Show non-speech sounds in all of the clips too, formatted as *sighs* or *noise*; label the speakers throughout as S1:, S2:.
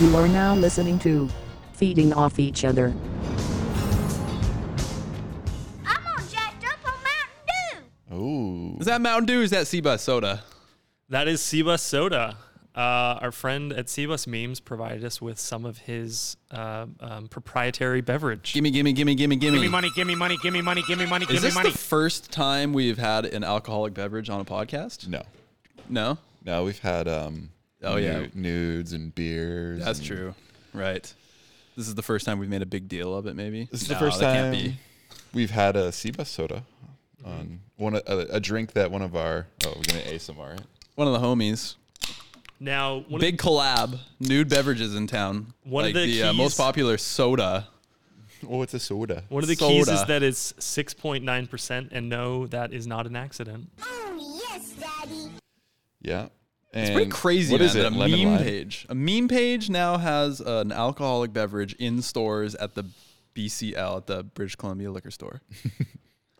S1: You are now listening to Feeding Off Each Other.
S2: I'm all jacked up on Mountain Dew.
S3: Ooh.
S4: Is that Mountain Dew? Or is that Seabus soda?
S5: That is Seabus Soda. Uh, our friend at Seabus Memes provided us with some of his uh, um, proprietary beverage.
S4: Gimme, gimme, gimme, gimme, gimme.
S6: Give me money, give me money, give me money, give me money,
S4: Is
S6: give me
S4: this
S6: money.
S4: the first time we've had an alcoholic beverage on a podcast?
S3: No.
S4: No,
S3: No, we've had um
S4: Oh, yeah.
S3: nudes and beers.
S4: that's
S3: and-
S4: true. Right. This is the first time we've made a big deal of it. Maybe
S3: This is the
S4: No,
S3: first
S4: that
S3: time
S4: can't be.
S3: we've had a Seabus soda on one of- a, a drink that one of our oh we're gonna ASMR it.
S4: One of the homies.
S5: Now, one
S4: Big collab. Nude beverages in town.
S5: One
S4: like
S5: of the
S4: uh, most
S5: keys-
S4: popular soda.
S3: Oh, it's a soda.
S5: of, one of the keys is
S4: soda.
S5: that it's 6.9%, and no, that is not an accident.
S2: Oh, yes, Daddy.
S3: Yeah.
S4: It's pretty crazy.
S3: What
S4: man,
S3: is
S4: that
S3: it?
S4: A
S3: Lemon
S4: meme
S3: lime?
S4: page. A meme page now has an alcoholic beverage in stores at the BCL at the British Columbia liquor store.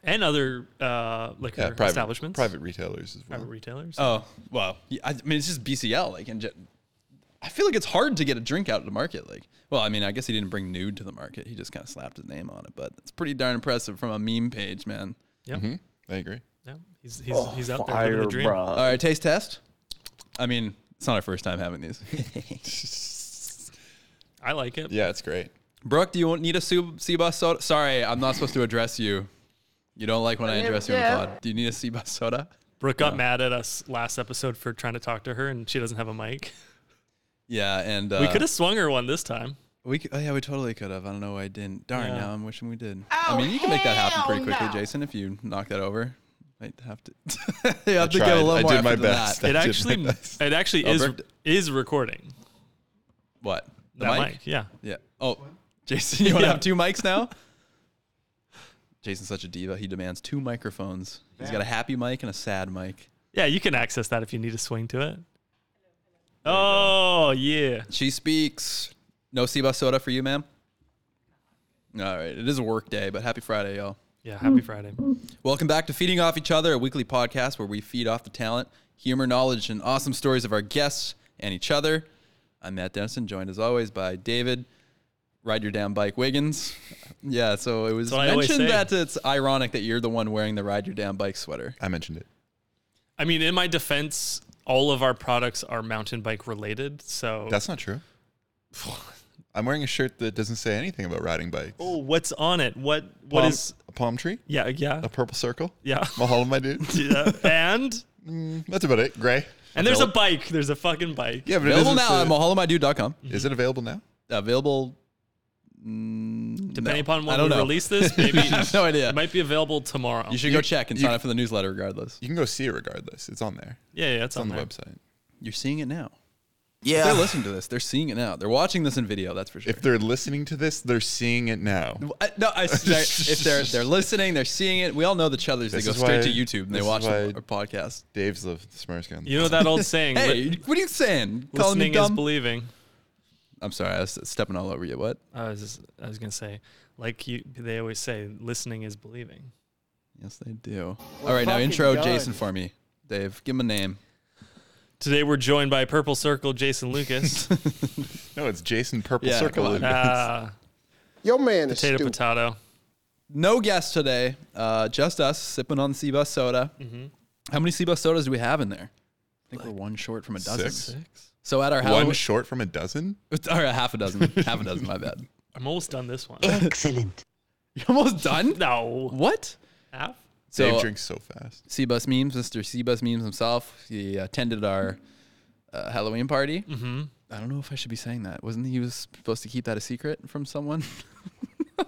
S5: And other uh, liquor
S3: Yeah, private
S5: establishments,
S3: private retailers as well.
S5: private retailers.
S4: Oh well, yeah, I mean it's just BCL. Like, and I feel like it's hard to get a drink out to market. Like, well, I mean, I guess he didn't bring nude to the market. He just kind of slapped his name on it, but it's pretty darn impressive from a meme page, man.
S5: Yep.
S4: mm-hmm.
S3: I agree.
S5: Yeah, he's he's, he's out there living the dream.
S4: All right, taste test. I mean, it's not our first time having these.
S5: I like it.
S3: Yeah, it's great.
S4: Brooke, do you want- need a Su- Seabus soda? Sorry, I'm not supposed to address you. You don't like when I address you on the pod. Do you need a Seabus soda?
S5: Brooke got mad at us last episode for trying to talk to her, and she doesn't have a mic.
S4: Yeah, and uh,
S5: We could have swung her one this time.
S4: We c- oh yeah, we totally could have. I don't know why I didn't. Darn,
S5: Yeah.
S4: now I'm wishing we did. I mean, you can make that happen pretty quickly, Jason. If you knock that over, might have to. *laughs* yeah, I have to get
S3: tried.
S4: a little
S3: I
S4: more
S3: did my
S4: effort than
S3: best.
S4: That. Oh,
S5: It
S3: I did
S5: actually
S4: *laughs*
S3: my best.
S5: it actually is
S4: Albert?
S5: is recording.
S4: What the
S5: that
S4: mic?
S5: mic, yeah.
S4: Yeah. Oh, Jason, you want to
S5: Yeah.
S4: have two mics
S3: *laughs*
S4: now? Jason's such a diva. He demands two microphones. He's got a happy mic and a sad mic.
S5: Yeah, you can access that if you need to swing to it. Oh yeah.
S4: She speaks. No Seabus soda for you, ma'am. All right, it is a work day, but happy Friday, y'all.
S5: Yeah, happy Friday.
S4: Welcome back to Feeding Off Each Other, a weekly podcast where we feed off the talent, humor, knowledge, and awesome stories of our guests and each other. I'm Matt Dennison, joined as always by David. Ride your damn bike, Wiggins. *laughs* Yeah, so it was
S5: That's what I always
S4: mentioned
S5: say.
S4: that it's ironic that you're the one wearing the ride your damn bike sweater.
S3: I mentioned it.
S5: I mean, in my defense, all of our products are mountain bike related, so
S3: That's
S4: *sighs*
S3: not true. I'm wearing a shirt that doesn't say anything about riding bikes.
S5: Oh, what's on it? What what
S3: palm,
S5: is
S3: a palm tree?
S5: Yeah, yeah.
S3: A purple circle?
S5: Yeah.
S3: Mahalo,
S4: *laughs*
S3: my dude.
S5: yeah. And
S3: That's about it. Gray.
S5: and there's a bike. There's a fucking bike.
S3: Yeah, but it
S4: Available
S3: isn't
S4: now
S3: the-
S4: at mahalomydude.com.
S3: Is it available now?
S5: *laughs*
S4: Available. *laughs*
S5: Depending upon
S4: I
S5: when
S4: don't
S5: we
S4: know.
S5: release this,
S4: *laughs*
S5: maybe
S4: I have no idea.
S5: it might be available tomorrow.
S4: you should go check and sign up for the newsletter regardless.
S3: You can go see it regardless. It's on there.
S5: yeah, yeah, it's
S3: It's on
S5: on,
S3: the
S5: there.
S3: website.
S4: You're seeing it now. Yeah. They're listening to this. They're seeing it now. They're watching this in video, that's for sure.
S3: If they're listening to this, they're seeing it now.
S4: I, Uh, no, I,
S3: *laughs*
S4: they're, if they're they're listening, they're seeing it. We all know the chuthers. They
S3: This
S4: go
S3: is
S4: straight
S3: why-
S4: to YouTube and they
S3: this is
S4: watch the,
S3: why-
S4: our podcast.
S3: Dave's the smartest guy. on the
S5: You know
S4: *laughs*
S5: that old saying,
S4: Hey,
S5: li-
S4: what are you saying? Calling me
S5: listening is
S4: dumb?
S5: believing.
S4: I'm sorry, I was stepping all over you. What?
S5: I was just, I was gonna say, like you, they always say, listening is believing.
S4: Yes, they do. all right, now intro Jason for me. Dave, give him a name.
S5: Today we're joined by Purple Circle Jason
S3: *laughs*
S5: Lucas. Uh,
S3: No, it's Jason Purple
S4: Yeah,
S3: Circle.
S4: come on.
S3: Lucas.
S5: Ah,
S7: Your man is
S5: potato,
S7: stupid.
S5: potato.
S4: No guest today. Uh, just us sipping on the Seabus soda.
S5: Mm-hmm.
S4: How many Seabus sodas do we have in there? I think we're one short from a dozen.
S3: Six?
S4: So at our *laughs*
S3: One
S4: Halloween,
S3: short from a dozen?
S4: or a half a dozen, half a dozen. My
S3: *laughs*
S4: bad.
S5: I'm almost done this one.
S4: You're almost done.
S5: *laughs* no,
S4: What?
S5: half.
S4: So-
S3: Dave drinks so
S4: *laughs*
S3: fast.
S4: Seabus memes, Mr. Seabus memes himself. He attended our uh, Halloween party. Mm-hmm. I don't know if I should be saying that. Wasn't he was supposed to keep that a secret from someone? *laughs*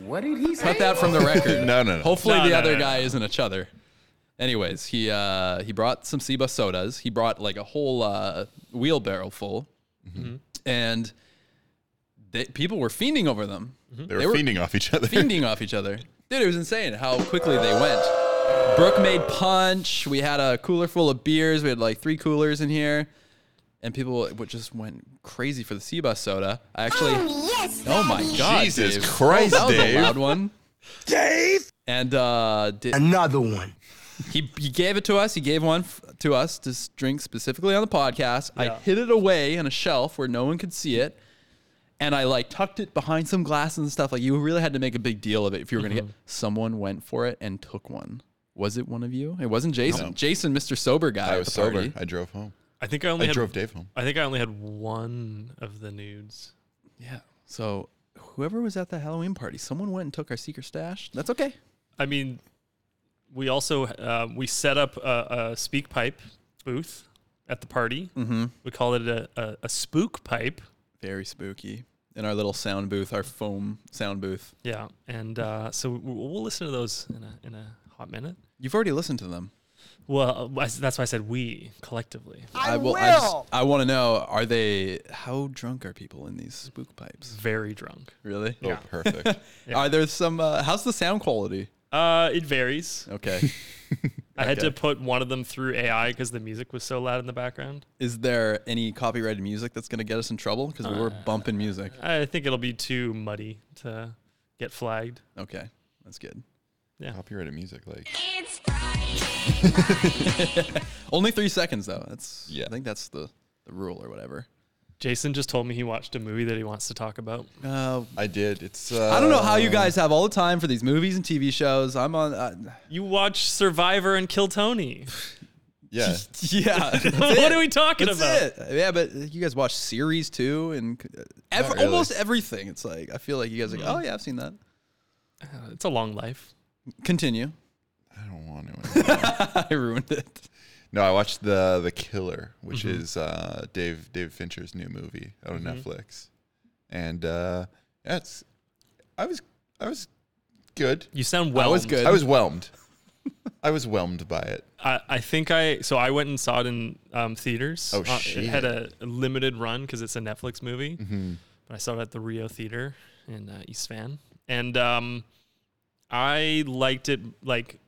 S4: what did he say? Cut that from the record.
S3: No, no, no.
S4: Hopefully
S5: *laughs* No,
S4: the
S5: no,
S4: other
S5: no,
S4: guy isn't a chother. Anyways, he uh, he brought some Seabus sodas. He brought like a whole uh, wheelbarrow full,
S5: Mm-hmm.
S4: and they, people were fiending over them
S3: they were
S4: they were-
S3: fiending off each other. *laughs*
S4: fiending off each other. Dude, it was insane how quickly they went. Brooke made punch. We had a cooler full of beers. We had like three coolers in here. And people w- just went crazy for the Seabus soda. I actually,
S2: Mm, Yes,
S4: oh my God.
S3: Jesus
S4: Dave.
S3: Christ,
S4: Oh, that was
S3: Dave.
S4: a loud one. Dave! And uh, did,
S8: Another one.
S4: he, he gave it to us. He gave one f- to us to s- drink specifically on the podcast. I
S5: Yeah.
S4: hid it away on a shelf where no one could see it. And I like tucked it behind some glass and stuff. Like you really had to make a big deal of it if you were going to get. Someone went for it and took one. Was it one of you? It wasn't Jason. Jason, Mr. Sober guy.
S3: I
S4: at
S3: was
S4: the
S3: sober.
S4: party.
S3: I drove home.
S5: I think I only
S3: I
S5: had,
S3: drove Dave home.
S5: I think I only had one of the nudes.
S4: Yeah. So whoever was at the Halloween party, someone went and took our secret stash. That's okay.
S5: I mean, we also uh, we set up a, a speak pipe booth at the party. Mm-hmm. We call it a, a, a spook pipe.
S4: Very spooky. In our little sound booth, our foam sound booth.
S5: Yeah, and uh, so we- we'll listen to those in a in a hot minute.
S4: You've already listened to them.
S5: Well, I- that's why I said we collectively.
S4: I, will. I, just, I want to know: Are they? How drunk are people in these spook pipes?
S5: Very drunk.
S4: Really?
S3: Oh, perfect.
S4: Are there some? Uh, how's the sound quality?
S5: Uh, it varies.
S4: Okay. *laughs*
S5: I had
S4: Okay.
S5: to put one of them through AI because the music was so loud in the background.
S4: Is there any copyrighted music that's going to get us in trouble? Because we were bumping music.
S5: I think it'll be too muddy to get flagged.
S4: Okay, that's good.
S3: Copyrighted music, like
S2: It's Friday.
S4: Only three seconds though. That's. Yeah.
S3: Yeah.
S4: I think that's the the rule or whatever.
S5: Jason just told me he watched a movie that he wants to talk about.
S4: Uh,
S3: I did. It's. Uh,
S4: *laughs* I don't know how you guys have all the time for these movies and TV shows. I'm on. Uh,
S5: You watch Survivor and Kill Tony.
S3: Yeah.
S4: *laughs* yeah. that's
S5: *laughs* what
S4: it.
S5: are we talking
S4: That's
S5: about?
S4: it. Yeah, but you guys watch series too, and uh, ev-
S3: really.
S4: almost everything. It's like I feel like you guys are like, oh yeah, I've seen that.
S5: It's a long life.
S4: Continue. *laughs*
S3: I don't want to.
S4: I ruined it.
S3: no, I watched the The Killer, which
S4: Mm-hmm.
S3: is uh, Dave Dave Fincher's new movie out on Netflix, and uh, yeah, it's. I was I was good.
S5: You sound well.
S4: I was good.
S3: I was whelmed. *laughs* I was whelmed by it.
S5: I, I think I so I went and saw it in um, theaters.
S3: Oh,
S5: Uh, It
S3: shit. Mm-hmm.
S5: had a, a limited run because it's a Netflix movie. But I saw it at the Rio Theater in uh, East Van, and um, I liked it like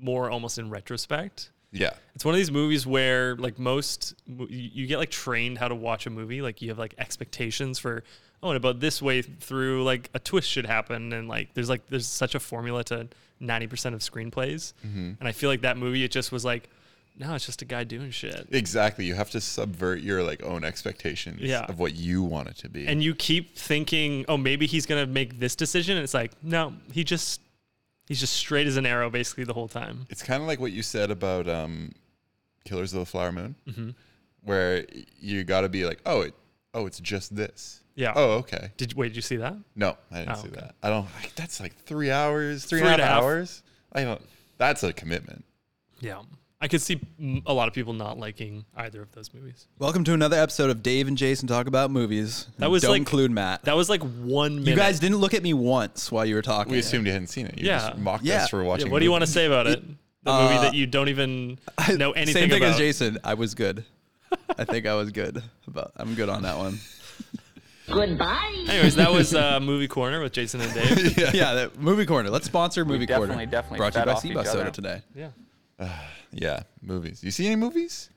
S5: more almost in retrospect.
S3: Yeah.
S5: It's one of these movies where like most mo- you you get like trained how to watch a movie. Like you have like expectations for oh, and about this way through like a twist should happen, and like there's like there's such a formula to ninety percent of screenplays. And I feel like that movie, it just was like, no, it's just a guy doing shit.
S3: Exactly. You have to subvert your like own expectations
S5: Yeah.
S3: of what you want it to be.
S5: And you keep thinking, oh, maybe he's gonna make this decision, and it's like, no, he just he's just straight as an arrow basically the whole time.
S3: it's kind of like what you said about um, Killers of the Flower Moon,
S5: Mm-hmm.
S3: where y- you got to be like, oh, it, oh, it's just this.
S5: Yeah.
S3: Oh, okay.
S5: Did wait, did you see that?
S3: No, I didn't
S5: Oh,
S3: see
S5: okay.
S3: that. I don't. Like, that's like three hours, three
S5: Three
S3: and a half
S5: and a half.
S3: hours. I don't. That's a commitment.
S5: Yeah. I could see mm, a lot of people not liking either of those movies.
S4: Welcome to another episode of Dave and Jason talk about movies.
S5: That was
S4: don't
S5: like-
S4: include Matt.
S5: That was like one minute.
S4: you guys didn't look at me once while you were talking. *laughs*
S3: We assumed you hadn't seen it. You
S5: Yeah.
S3: just mocked
S4: Yeah.
S3: us for
S4: Yeah,
S3: watching.
S5: Yeah, what do you want to
S3: movies.
S5: say about it? The movie that you don't even know
S4: Uh,
S5: anything
S4: Same thing
S5: about.
S4: as Jason. I was good. I think I was good. About I'm good on that one.
S2: Goodbye.
S5: Anyways, that was uh, Movie Corner with Jason and Dave.
S4: *laughs* yeah, that movie corner. Let's sponsor movie corner.
S7: definitely- definitely
S4: Brought to you
S7: fed
S4: by
S7: off each
S4: Seabus Soda
S7: other.
S4: today. *sighs*
S5: yeah.
S3: Yeah, movies. You see any movies?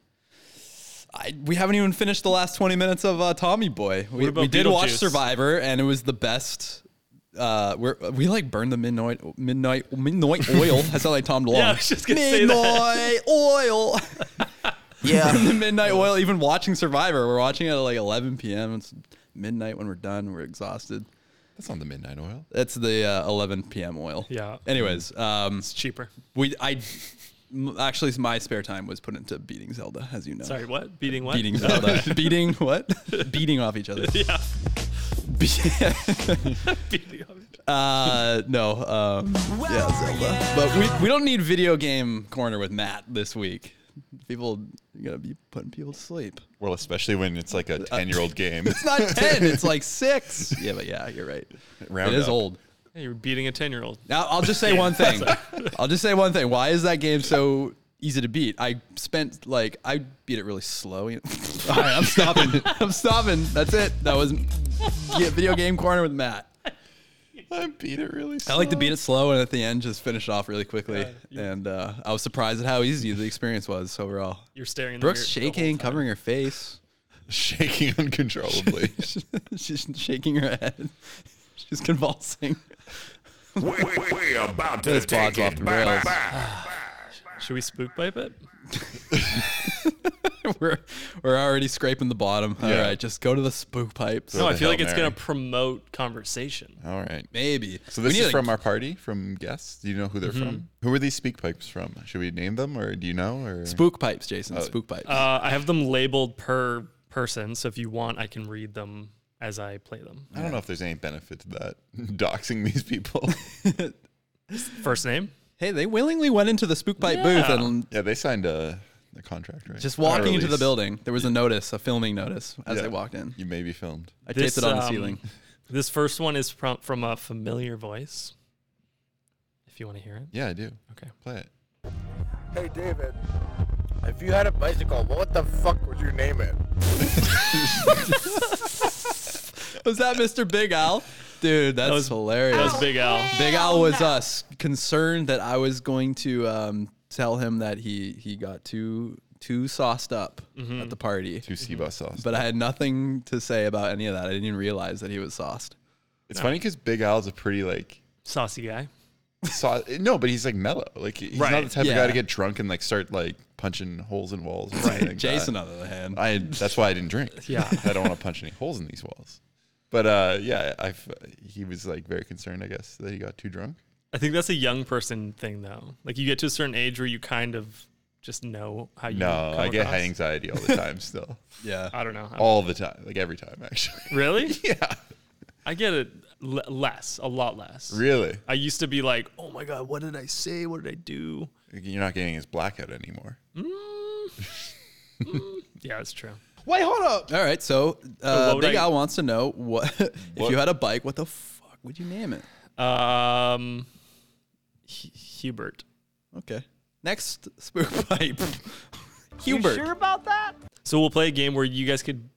S4: I, we haven't even finished the last 20 minutes of uh, Tommy Boy. We,
S5: about
S4: we did watch
S5: Beetlejuice?
S4: Survivor, and it was the best. Uh, we're, we like burned the midnight midnight midnight oil. *laughs* That's not like Tom DeLonge.
S5: Yeah, I was just gonna say
S4: midnight
S5: that.
S4: oil. *laughs* yeah, the midnight oil. Even watching Survivor, we're watching it at like 11 p.m. It's midnight when we're done. We're exhausted.
S3: That's on the Midnight Oil.
S4: That's the uh, 11 p.m. oil.
S5: Yeah.
S4: Anyways, um, *laughs*
S5: It's cheaper.
S4: we I m- actually my spare time was put into beating Zelda, as you know.
S5: Sorry, what? Beating what? *laughs*
S4: Beating Zelda. *laughs* beating what? *laughs* beating off each other.
S5: Yeah.
S4: Be-
S5: Beating up.
S4: *laughs* uh, no. Um, yeah, Zelda. But we, we don't need video game corner with Matt this week. People, you gotta be putting people to sleep.
S3: Well, especially when it's like a
S5: Uh, *laughs*
S3: ten-year-old game. *laughs*
S4: It's *laughs* not 10, it's like 6. Yeah, but yeah, you're right.
S3: Round
S4: it is
S3: up.
S4: old.
S5: Hey, you're beating a 10 year old.
S4: Now, I'll just say one
S3: *laughs*
S4: thing. I'll just say one thing. Why is that game so easy to beat? I spent like I beat it really slow. *laughs* you know. All right, I'm
S3: *laughs*
S4: stopping. I'm stopping. That's it. That was yeah, video game corner with Matt.
S3: I beat it really.
S4: I like to beat it slow and at the end just finish it off really quickly. and uh, I was surprised at how easy the experience was overall.
S5: You're staring at
S4: Brooke's shaking, covering her face. *laughs*
S3: shaking *laughs* uncontrollably.
S4: She's shaking her head. *laughs* She's convulsing.
S8: we, we, we about to
S4: This pod's
S8: take
S4: off
S8: it
S4: the
S8: back,
S4: rails. *laughs*
S8: back, back.
S5: Should we spook pipe it?
S4: we're we're already scraping the bottom. All
S3: Yeah.
S4: right, just go to the spook pipes.
S5: No,
S3: the
S5: I feel
S3: Hail
S5: like it's
S3: Mary.
S5: going to promote conversation.
S3: All right.
S4: Maybe.
S3: So
S4: We
S3: this
S4: need
S3: is
S4: a- Mm-hmm.
S3: from our party, from guests. Do you know who they're from? Who are these speak pipes from? Should we name them, or do you know? Or
S4: spook pipes, Jason.
S3: Oh.
S4: spook pipes.
S5: Uh, I have them labeled per person, so if you want, I can read them as I play them.
S3: I don't know if there's any benefit to that *laughs* doxing
S4: *laughs*
S3: these people.
S5: First name?
S4: hey, they willingly went into the spook pipe booth
S5: Yeah.
S4: and
S3: yeah, they signed a, a contract, right?
S4: just
S3: A
S4: walking into the
S3: release.
S4: building. There was a notice, a filming notice, as
S3: Yeah.
S4: they walked in.
S3: You may be filmed.
S4: I taped it on the
S5: um,
S4: ceiling.
S5: This first one is from from a familiar voice. If you want to hear it.
S3: Yeah, I do.
S5: Okay.
S3: Play it.
S7: Hey David, if you had a bicycle, what the fuck would you name it?
S4: Was that Mr. Big Al? Dude, that's
S5: was-
S4: hilarious.
S5: That was Big Al.
S4: Big Al was us concerned that I was going to um, tell him that he he got too too sauced up
S5: Mm-hmm.
S4: at the party,
S3: Two sea bus sauce.
S4: but I had nothing to say about any of that. I didn't even realize that he was sauced.
S3: it's funny 'cause funny because Big Al's a pretty like
S5: Saucy guy.
S3: sau no, but he's like mellow. Like he's not
S5: Right,
S3: the type of guy to
S4: yeah.
S3: get drunk and like start like punching holes in walls. Or right, like
S4: Jason, uh,
S3: That.
S4: on the other hand,
S3: I that's why I didn't drink.
S5: Yeah.
S3: I don't want to punch any holes in these walls. But uh, yeah, I he was like very concerned, I guess, that he got too drunk.
S5: I think that's a young person thing though. Like you get to a certain age where you kind of just know how you
S3: No,
S5: come
S3: I get
S5: across.
S3: high anxiety all the time, still,
S4: yeah.
S5: I don't know. I'm-
S3: all the time, like every time actually. *laughs*
S5: Really?
S3: yeah,
S5: I get it l- less, a lot less.
S3: really.
S5: I used to be like, "Oh my god, what did I say? What did I do?"
S3: You're not getting his blackout anymore.
S5: Yeah, it's true.
S4: Wait, hold up. All right, so uh,
S5: what would
S4: Big
S5: I-
S4: Al wants to know what, *laughs* if
S3: What?
S4: you had a bike, what the fuck would you name it?
S5: Um, Hu- Hubert.
S4: Okay, next spook pipe,
S5: *laughs*
S4: Hubert.
S5: So we'll play a game where you guys could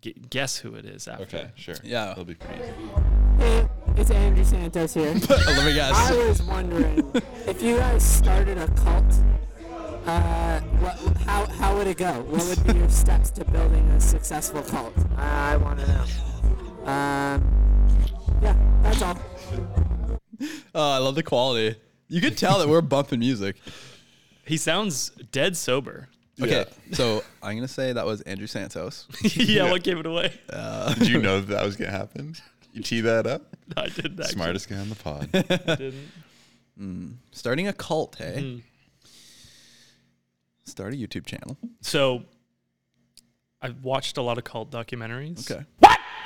S5: gu- guess who it is after.
S3: Okay, sure.
S4: Yeah.
S3: it'll be pretty. Easy.
S8: It's Andy Santos here.
S4: Oh, let me guess.
S8: I
S4: *laughs*
S8: was wondering if you guys started a cult, uh, what, how, how would it go? What
S4: *laughs*
S8: would be your steps to building a successful cult? Uh, I want to know. Um, yeah, that's all.
S4: *laughs* Oh, I love the quality. You could tell that we're bumping music.
S5: He sounds dead
S3: *laughs*
S5: sober. *laughs*
S4: Okay,
S3: Yeah.
S4: so I'm gonna say that was Andrew *laughs* Santos.
S5: yeah, what gave it away? *laughs*
S3: Did you know that was gonna happen? You tee that up.
S5: I did that.
S3: Smartest guy on the pod.
S5: Didn't.
S4: Starting a cult, hey? Mm-hmm. Start a YouTube channel.
S5: So I've watched a lot of cult documentaries.
S4: Okay.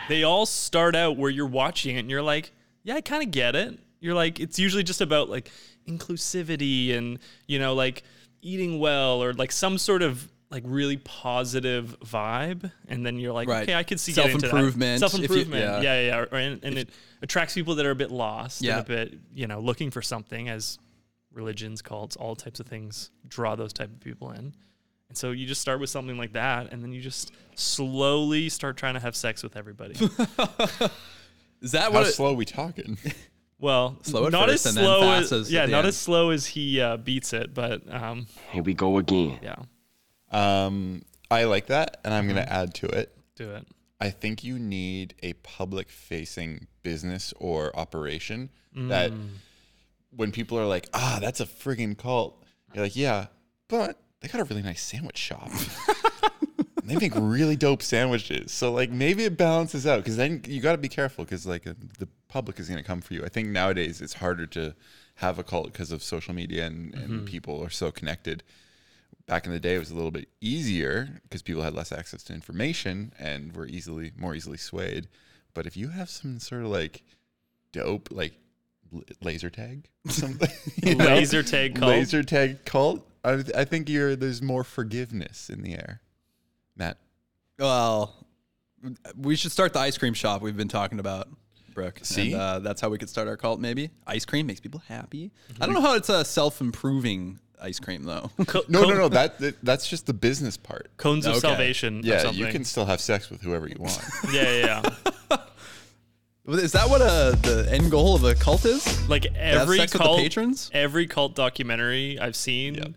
S5: They all start out where you're watching it and you're like, yeah, I kind of get it. You're like, it's usually just about like inclusivity and, you know, like eating well or like some sort of like really positive vibe. And then you're like,
S4: Right.
S5: okay, I could see
S4: Self-improvement, if
S5: Self
S4: you-
S5: improvement.
S4: yeah.
S5: Yeah. yeah, yeah. Or- and and it attracts people that are a bit lost
S4: Yeah.
S5: and a bit, you know, looking for something as religions, cults, all types of things draw those type of people in. And so you just start with something like that, and then you just slowly start trying to have sex
S4: *laughs*
S5: with everybody.
S4: Is that
S3: How
S4: what? it-
S3: slow we talking?
S5: Well,
S4: Slow at
S5: not
S4: first and
S5: as
S4: then
S5: slow
S4: fast
S5: as,
S4: as
S5: yeah,
S4: at the
S5: not
S4: end.
S5: as slow as he uh, beats it, but um,
S9: Here we go again.
S5: yeah,
S3: Um, I like that, and I'm gonna add to it.
S4: *laughs*
S5: do it.
S3: I think you need a public facing business or operation that when people are like, ah, that's a friggin' cult, you're like, yeah, but they got a really nice sandwich shop. and they make really dope sandwiches. So, like, maybe it balances out because then you got to be careful because, like, uh, the public is going to come for you. I think nowadays it's harder to have a cult because of social media and, and people are so connected back in the day it was a little bit easier because people had less access to information and were easily more easily swayed but if you have some sort of like dope like l- laser
S5: *laughs*
S3: tag something you know?
S5: Laser tag cult.
S3: laser tag cult I, th- I think you're there's more forgiveness in the air matt
S4: well, we should start the ice cream shop we've been talking about, Brooke.
S3: See?
S4: and, uh, that's how we could start our cult. Maybe ice cream makes people happy.
S3: Mm-hmm.
S4: I don't know how it's a self-improving ice cream
S3: *laughs*
S4: though.
S5: Co-
S3: no no
S5: cone-
S3: no that, that that's just the business part
S5: Cones of
S4: Okay.
S5: salvation. or
S3: yeah
S5: something.
S3: you can still have sex with whoever you
S5: *laughs*
S3: want
S5: Yeah, yeah, yeah.
S4: *laughs* Is that what uh, the end goal of a cult is?
S5: like every
S4: sex with the
S5: cult
S4: patrons?
S5: every cult documentary I've seen,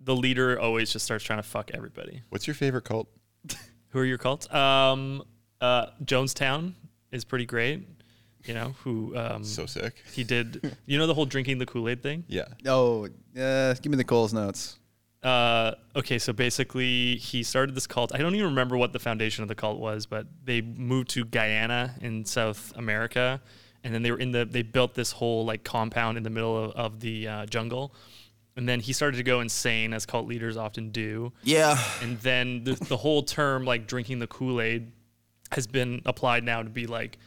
S5: the leader always just starts trying to fuck everybody.
S3: what's your favorite cult
S5: Who are your cults? Um, uh, Jonestown is pretty great. you know, who um,
S3: So sick.
S5: he did. You know the whole drinking the Kool Aid thing.
S3: Yeah.
S4: Oh, uh, give me the Coles notes.
S5: Uh, okay, so basically, he started this cult. I don't even remember what the foundation of the cult was, but they moved to Guyana in South America, and then they were in the. They built this whole like compound in the middle of, of the uh, jungle, and then he started to go insane, as cult leaders often do.
S9: Yeah.
S5: And then the, the whole term like drinking the Kool Aid has been applied now to be like,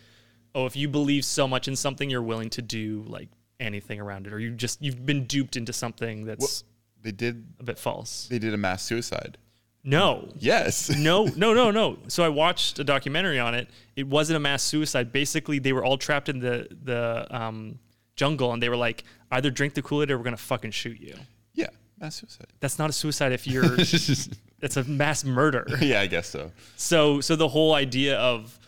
S5: oh, if you believe so much in something, you're willing to do like anything around it, or you just you've been duped into something that's
S3: They did
S5: a bit false.
S3: they did a mass suicide.
S5: No.
S3: Yes. *laughs*
S5: No, no, no, no. So I watched a documentary on it. It wasn't a mass suicide. Basically, they were all trapped in the the um, jungle, and they were like, either drink the Kool Aid or we're gonna fucking shoot you.
S3: Yeah, mass suicide.
S5: That's not a suicide if
S3: *laughs*
S5: you're. it's a mass murder.
S3: Yeah, I guess so.
S5: So, so the whole idea of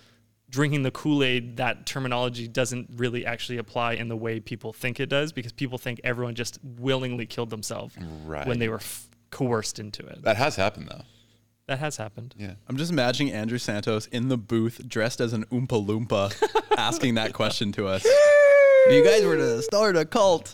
S5: drinking the Kool Aid, that terminology doesn't really actually apply in the way people think it does, because people think everyone just willingly killed themselves when they
S3: Right.
S5: were f- coerced into it.
S3: That has happened though.
S5: That has happened.
S3: Yeah.
S4: I'm just imagining Andrew Santos in the booth dressed as an Oompa
S3: *laughs*
S4: Loompa asking that question to us. If you guys were to start a cult.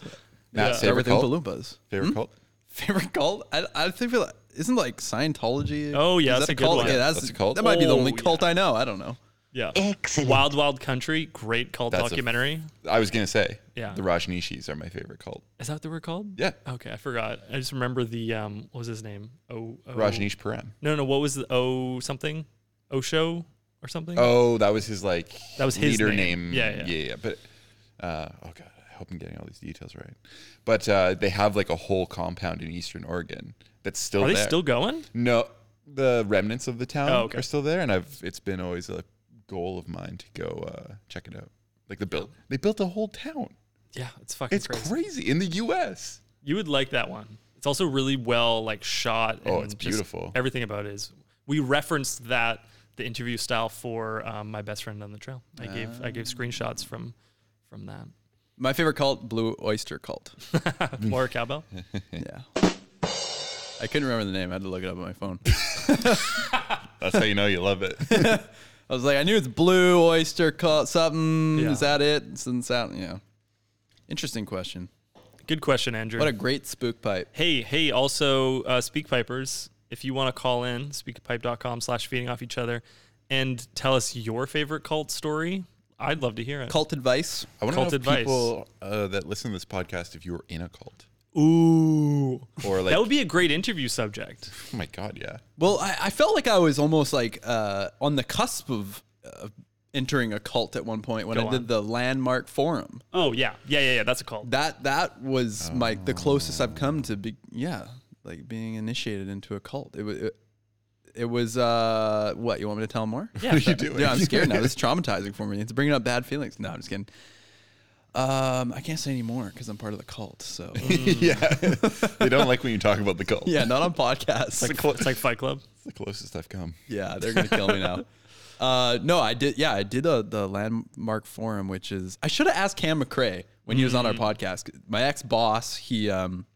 S3: Matt,
S4: Start
S3: favorite
S4: with
S3: cult?
S4: Oompa Loompas.
S5: Hmm?
S3: Favorite cult?
S4: Favorite cult? I, I think like, isn't like Scientology?
S5: Oh, yeah,
S4: is
S5: that's
S4: that
S5: a good
S4: cult?
S5: one.
S4: Yeah, that's,
S3: That's a cult.
S4: That might be the
S5: Oh,
S4: only
S5: yeah.
S4: cult I know. I don't know.
S5: Yeah. Wild Wild Country, great cult
S3: That's a-
S5: documentary.
S3: I was gonna say.
S5: Yeah.
S3: The Rajneeshis are my favorite cult.
S5: Is that what they were called?
S3: Yeah.
S5: Okay, I forgot. I just remember the um what was his name? Oh, oh
S3: Rajneesh Param.
S5: No, no, what was the O something? Osho or something?
S3: Oh, that was his like
S5: That was his
S3: leader
S5: name. Yeah, yeah.
S3: yeah, But uh, oh god, I hope I'm getting all these details right. But uh, they have like a whole compound in Eastern Oregon that's still
S5: Are they
S3: there.
S5: still going?
S3: No, the remnants of the town
S5: Oh, okay.
S3: are still there, and I've it's been always a goal of mine to go uh, check it out. Like the built, they built a whole town.
S5: Yeah, it's fucking
S3: It's
S5: crazy.
S3: crazy. in
S5: *laughs*
S3: the U.S.
S5: You would like that one. It's also really well like shot. And
S3: Oh, it's
S5: just
S3: beautiful.
S5: Everything about it is. We referenced that the interview style for um, my best friend on the trail. I gave I gave
S3: Ah.
S5: screenshots from from
S3: *laughs*
S5: that.
S4: My favorite cult, Blue Oyster Cult.
S5: Laura
S3: *laughs*
S5: Cowbell.
S4: yeah. I couldn't remember the name. I had to look it up on my phone.
S3: That's how you know you love it.
S4: I was like, I knew it's Blue Oyster Cult something.
S5: Yeah.
S4: Is that it? Something, something. Yeah. Interesting question.
S5: Good question, Andrew.
S4: What a great spook pipe.
S5: Hey, hey, also, uh, Speak Pipers, if you want to call in, speakpipe.com slash feeding off each other and tell us your favorite cult story, I'd love to hear it.
S4: Cult advice.
S3: I want to know
S5: Cult
S3: if
S5: advice.
S3: people uh, that listen to this podcast if you were in a cult
S5: Ooh.
S3: or like.
S5: that would be a great interview subject.
S3: oh my god, yeah. *laughs*
S4: Well, I, I felt like I was almost like uh, on the cusp of uh, entering a cult at one point when
S5: Go
S4: I did
S5: on.
S4: the landmark forum.
S5: Oh, yeah. Yeah, yeah, yeah. That's a cult.
S4: That that was my the closest I've come to be yeah, like being initiated into a cult. It was it, it was uh what you want me to tell more?
S5: yeah,
S3: What are you
S5: but-
S3: doing?
S4: Yeah,
S3: *laughs*
S4: I'm scared now. This is traumatizing for me. It's bringing up bad feelings. No, I'm just kidding. Um, I can't say any more because I'm part of the cult.
S3: *laughs*
S4: So
S3: yeah, they don't like when you talk about the cult.
S4: Hmm. yeah, not on podcasts.
S5: It's like, it's like Fight Club.
S3: it's the closest I've come.
S4: *laughs* Yeah, they're gonna kill me now. Uh, no, I did. Yeah, I did a, the landmark forum, which is I should have asked Cam McRae when he was on our podcast. My ex boss, he um,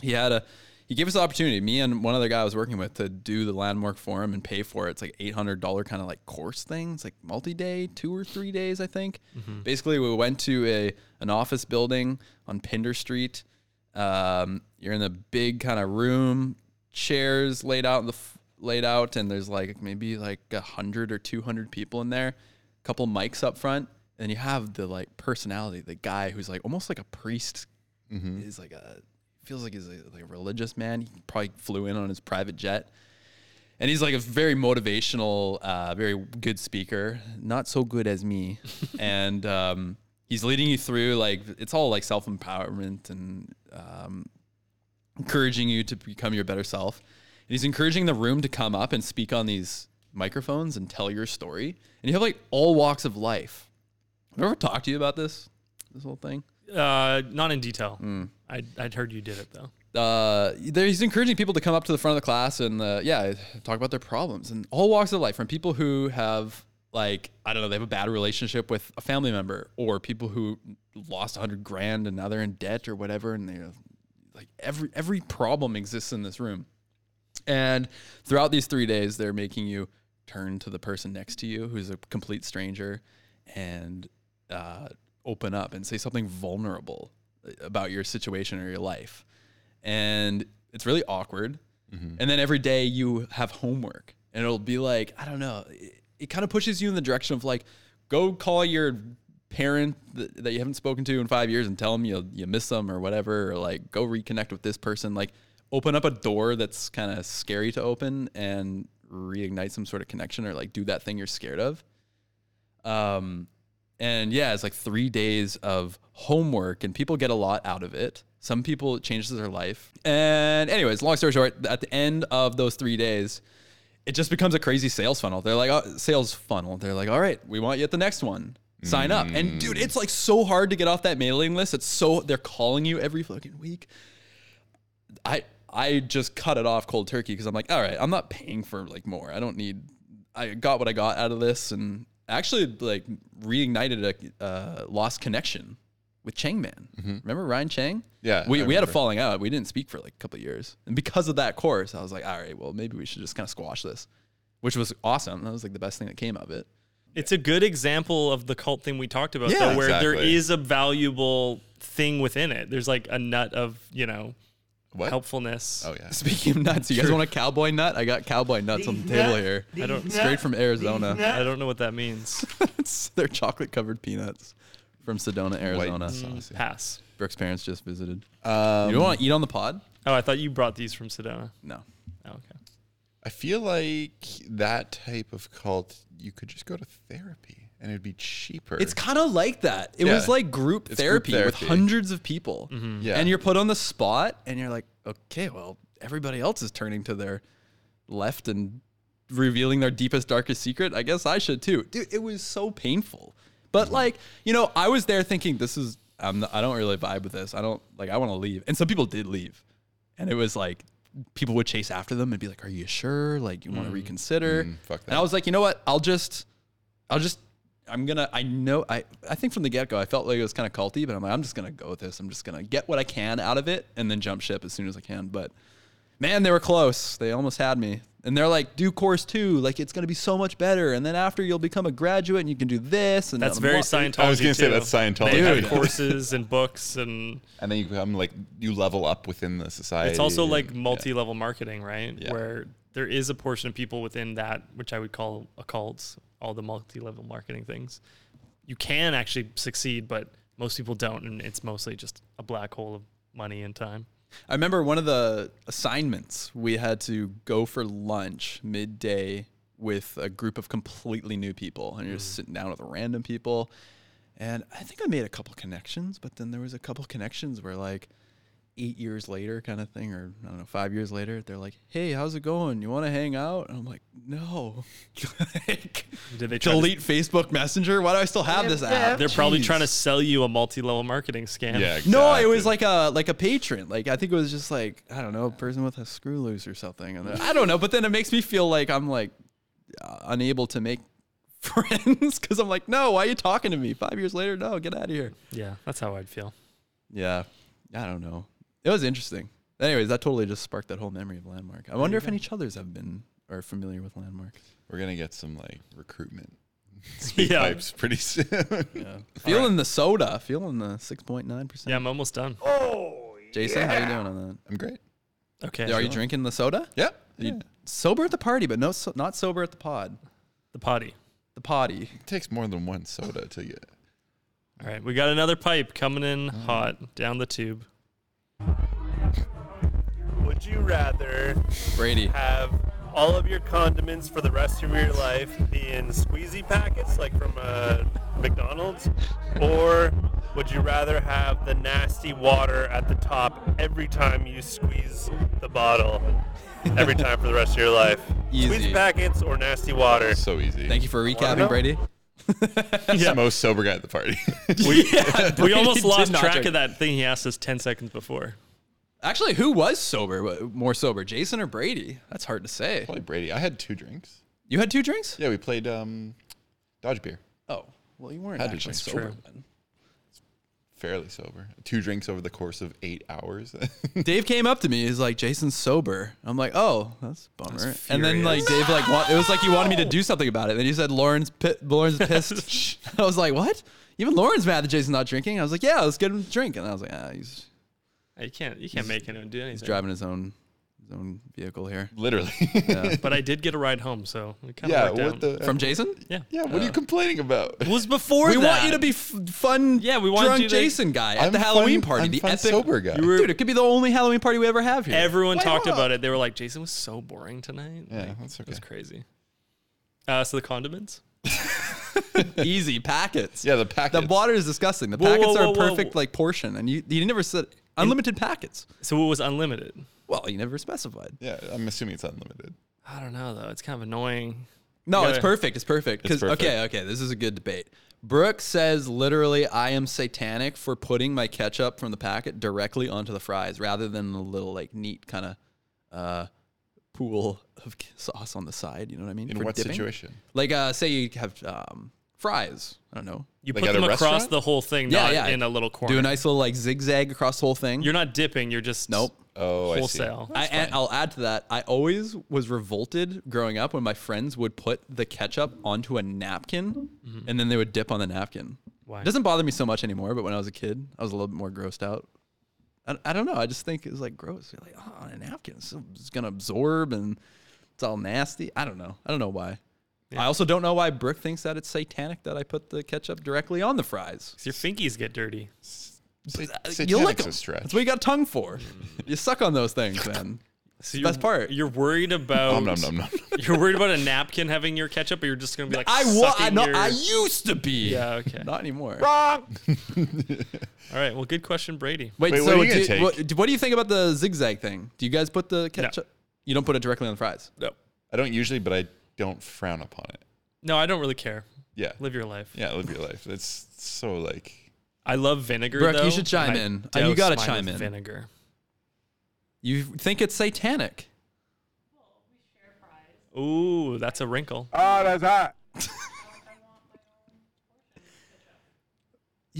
S4: he had a he gave us the opportunity. Me and one other guy I was working with to do the landmark forum and pay for it. It's like eight hundred dollar kind of like course thing. It's like multi day, two or three days, I think. Basically, we went to a an office building on Pinder Street. Um, you're in the big kind of room, chairs laid out in the f- laid out, and there's like maybe like a hundred or two hundred people in there. A couple mics up front, and you have the like personality, the guy who's like almost like a priest. He's like a feels like he's a, like a religious man. He probably flew in on his private jet. And he's like a very motivational, uh, very good speaker, not so good as me. and um, he's leading you through like it's all like self empowerment and um, encouraging you to become your better self. And he's encouraging the room to come up and speak on these microphones and tell your story. And you have like all walks of life. Have I ever talked to you about this? This whole thing?
S5: Uh, not in detail.
S3: Hmm.
S5: I'd, I'd heard you did it, though.
S4: uh, there, he's encouraging people to come up to the front of the class and uh, yeah, talk about their problems and all walks of life, from people who have like I don't know, they have a bad relationship with a family member, or people who lost a hundred grand and now they're in debt or whatever, and they're like every every problem exists in this room. And throughout these three days, they're making you turn to the person next to you who's a complete stranger and uh, open up and say something vulnerable about your situation or your life. And it's really awkward. And then every day you have homework and it'll be like, I don't know, it, it kind of pushes you in the direction of like, go call your parent that, that you haven't spoken to in five years and tell them you, you miss them or whatever, or like go reconnect with this person. Like open up a door that's kind of scary to open and reignite some sort of connection or like do that thing you're scared of. Um, and yeah, it's like three days of homework, and people get a lot out of it. Some people it changes their life. And anyways, long story short, at the end of those three days, it just becomes a crazy sales funnel. They're like uh, sales funnel. They're like, all right, we want you at the next one. Sign up. And dude, it's like so hard to get off that mailing list. It's so they're calling you every fucking week. I I just cut it off cold turkey because I'm like, all right, I'm not paying for like more. I don't need. I got what I got out of this, and actually like reignited a uh, lost connection with Chang Man. Remember Ryan Chang?
S3: Mm-hmm. Yeah,
S4: we
S3: I
S4: we had a
S3: remember.
S4: falling out. We didn't speak for like a couple of years, and because of that course, I was like, all right, well maybe we should just kind of squash this, which was awesome. That was like the best thing that came of it.
S5: It's a good example of the cult thing we talked about,
S4: Yeah,
S5: though, where there
S3: exactly.
S5: is a valuable thing within it. There's like a nut of, you know,
S3: What?
S5: helpfulness.
S3: Oh yeah.
S4: Speaking of nuts, you guys want a cowboy nut? I got cowboy nuts on the table here. I don't straight from Arizona.
S5: I don't know what that means.
S4: It's- *laughs* They're chocolate covered peanuts from Sedona, Arizona.
S5: *laughs*
S3: saucy.
S5: Pass.
S4: Brooke's parents just visited.
S3: Um,
S4: you don't want to eat on the pod?
S5: Oh, I thought you brought these from Sedona.
S4: No.
S5: Oh, okay.
S3: I feel like that type of cult, you could just go to therapy and it'd be cheaper.
S4: It's kind of like that. It
S3: Yeah.
S4: was like group
S3: It's group
S4: therapy, with
S3: therapy. Mm-hmm.
S4: hundreds of people.
S3: Yeah.
S4: And you're put on the spot and you're like, okay, well, everybody else is turning to their left and revealing their deepest, darkest secret. I guess I should too. Dude, it was so painful. But
S3: Mm-hmm.
S4: like, you know, I was there thinking this is, I'm not, I don't really vibe with this. I don't like, I want to leave. And some people did leave. And it was like, people would chase after them and be like, are you sure? Like, you want to reconsider?
S3: Mm-hmm. fuck
S4: And
S3: that.
S4: I was like, you know what? I'll just, I'll just I'm gonna I know I I think from the get go I felt like it was kind of culty, but I'm like I'm just gonna go with this. I'm just gonna get what I can out of it and then jump ship as soon as I can. But man, they were close. They almost had me. And they're like, do course two. Like it's gonna be so much better. And then after you'll become a graduate and you can do this. And
S5: That's
S4: I'm
S5: very
S4: like-
S5: Scientology.
S3: Uh, I was gonna say
S5: too.
S3: that's Scientology.
S5: They have
S3: Dude.
S5: courses and books, and
S3: *laughs* and then you become like you level up within the society.
S5: it's also like
S3: and- yeah.
S5: multi-level marketing, right?
S3: Yeah.
S5: Where there is a portion of people within that, which I would call a cult, all the multi-level marketing things. You can actually succeed, but most people don't, and it's mostly just a black hole of money and time.
S4: I remember one of the assignments we had to go for lunch midday with a group of completely new people, and you're
S5: Mm.
S4: just sitting down with random people. And I think I made a couple connections, but then there was a couple connections where like eight years later, kind of thing, or I don't know, five years later, they're like, "Hey, how's it going? You want to hang out?" And I'm like, "No." *laughs* Like,
S5: Did they try to-
S4: delete Facebook Messenger? Why do I still have this app?
S5: They're probably
S4: Jeez.
S5: trying to sell you a multi-level marketing scam.
S3: Yeah.
S4: *laughs* No, it
S3: exactly.
S4: was like a like a patron. Like I think it was just like I don't know, a person with a screw loose or something. And I don't know, but then it makes me feel like I'm like uh, unable to make *laughs* friends because I'm like, no, why are you talking to me? Five years later, no, get out of here.
S5: yeah, that's how I'd feel.
S4: Yeah, I don't know. It was interesting. Anyways, that totally just sparked that whole memory of Landmark. I wonder if any others have been or familiar with Landmark.
S3: we're gonna get some like recruitment
S5: *laughs* yeah,
S3: pipes pretty soon. *laughs*
S4: Feeling the soda, feeling the six point nine
S5: yeah,
S4: percent.
S5: I'm almost done.
S4: Jason, how you doing on
S3: I'm great.
S5: Okay,
S4: that? Are you drinking the soda?
S3: Yeah.
S4: You- sober at the party, but no, so, not sober at the pod.
S5: the potty.
S4: The potty.
S3: It takes more than one soda to get.
S5: All right, we got another pipe coming in
S4: Mm.
S5: hot down
S4: *laughs*
S5: the tube.
S9: Would you rather
S4: Brady.
S9: have all of your condiments for the rest of your life be in squeezy packets, like from a McDonald's, or would you rather have the nasty water at the top every time you squeeze the bottle, every time for the rest of your life?
S4: Easy.
S9: Squeezy packets or nasty water?
S3: So easy.
S4: Thank you for recapping,
S9: Wow.
S4: Brady.
S3: That's the most sober guy at
S4: *laughs*
S3: the party.
S5: We, *laughs* *laughs* we
S4: Brady
S5: almost
S4: did
S5: lost
S4: not
S5: track
S4: drink.
S5: of that thing he asked us 10 seconds before.
S4: Actually, who was sober? wa- More sober, Jason or Brady? That's hard to say.
S3: Probably Brady. I had two drinks.
S4: You had two drinks?
S3: Yeah, we played um, dodge beer.
S4: Oh, well, you weren't
S3: Had two
S4: actually
S3: drinks.
S4: sober
S5: True.
S4: then.
S3: Fairly sober. Two drinks over the course of eight hours. *laughs*
S4: Dave came up to me. He's like, "Jason's sober." I'm like, "Oh, that's a bummer." and then like Dave
S5: *laughs*
S4: like wa- it was like he wanted me to do something about it. Then he said, "Lauren's pi- Lauren's pissed." *laughs* I was like, "What?" even Lauren's mad that Jason's not drinking. I was like, yeah, let's get him a drink. And I was like, ah, he's,
S5: You can't you can't make anyone do anything.
S4: he's driving his own his own vehicle here.
S3: Literally.
S5: But I did get a ride home, so it kind of
S3: yeah.
S5: worked
S3: What
S5: out.
S3: the?
S4: From Jason?
S5: yeah.
S3: yeah. What are you complaining about? *laughs*
S5: It was before
S4: We
S5: that.
S4: want you to be f- fun,
S5: Yeah, we want
S4: drunk
S5: you to-
S4: Jason guy at
S3: I'm
S4: the Halloween
S3: fun-
S4: party.
S3: I'm
S4: the
S3: fun
S4: epic,
S3: sober guy. You
S4: Dude, it could be the only Halloween party we ever have here.
S5: Everyone talked
S3: not?
S5: about it. They were like, Jason was so boring tonight.
S3: Yeah,
S5: Like,
S3: that's
S5: It was
S3: okay.
S5: crazy. Uh, so the condiments.
S4: *laughs* Easy packets.
S3: Yeah, the packets.
S4: The water is disgusting. The
S5: Whoa, whoa,
S4: packets are
S5: whoa,
S4: a
S5: whoa,
S4: perfect
S5: whoa.
S4: like portion, and you you never said unlimited packets.
S5: So it was unlimited.
S4: Well, you never specified.
S3: yeah. I'm assuming it's unlimited.
S5: I don't know though. It's kind of annoying.
S4: No,
S5: Yeah.
S4: it's perfect. It's perfect.
S3: It's
S4: Because okay, okay, this is a good debate. Brooke says literally, I am satanic for putting my ketchup from the packet directly onto the fries rather than the little like neat kind of uh, pool of *laughs* sauce on the side. You know what I mean?
S3: In
S4: For
S3: what
S4: dipping.
S3: situation?
S4: Like, uh, say you have um, fries. I don't know.
S5: You
S3: Like
S5: put
S3: at a
S5: them across
S3: restaurant?
S5: the whole thing,
S4: Yeah,
S5: not
S4: yeah.
S5: in a little corner.
S4: Do a nice little like zigzag across the whole thing.
S5: You're not dipping. You're just
S4: nope.
S3: Oh,
S5: wholesale.
S4: I, and I'll add to that. I always was revolted growing up when my friends would put the ketchup onto a napkin and then they would dip on the napkin.
S5: Mm-hmm. Why?
S4: It doesn't bother me so much anymore, but when I was a kid, I was a little bit more grossed out. I, I don't know. I just think it was like gross. You're like, oh, on a napkin, it's, it's going to absorb and it's all nasty. I don't know. I don't know why. I also don't know why Brooke thinks that it's satanic that I put the ketchup directly on the fries.
S5: 'Cause Your finkies get dirty.
S3: I see. Sa-
S4: You lick
S3: satanic's
S4: uh, them.
S3: a stretch. Mm.
S4: That's what you got tongue for. you suck on those things,
S5: *laughs*
S4: man.
S5: So
S4: Best part.
S5: You're worried about.
S3: *laughs* Nom nom
S4: *laughs*
S3: nom nom.
S5: *laughs* You're worried about a napkin having your ketchup, but you're just gonna be like.
S4: I was.
S5: sucking
S4: I, no,
S5: your-
S4: I used to be.
S5: Yeah. Okay.
S4: Not anymore.
S5: All right. Well, good question, Brady.
S4: Wait,
S3: Wait,
S4: so
S3: what are you
S4: do
S3: gonna take?
S4: What, do- what do you think about the zigzag thing? Do you guys put the ketchup? You don't put it directly on the fries.
S5: No.
S3: I don't usually, but I don't frown upon it.
S5: No, I don't really care.
S3: Yeah.
S5: Live your life.
S3: Yeah. Live your life. That's so like.
S5: I love vinegar.
S4: Brooke, you
S5: though,
S4: should chime
S5: and I
S4: in. Uh, you
S5: douse
S4: gotta
S5: mine
S4: chime
S5: with
S4: in.
S5: Vinegar.
S4: You think it's satanic?
S5: Ooh, that's a wrinkle.
S7: Oh, that's hot.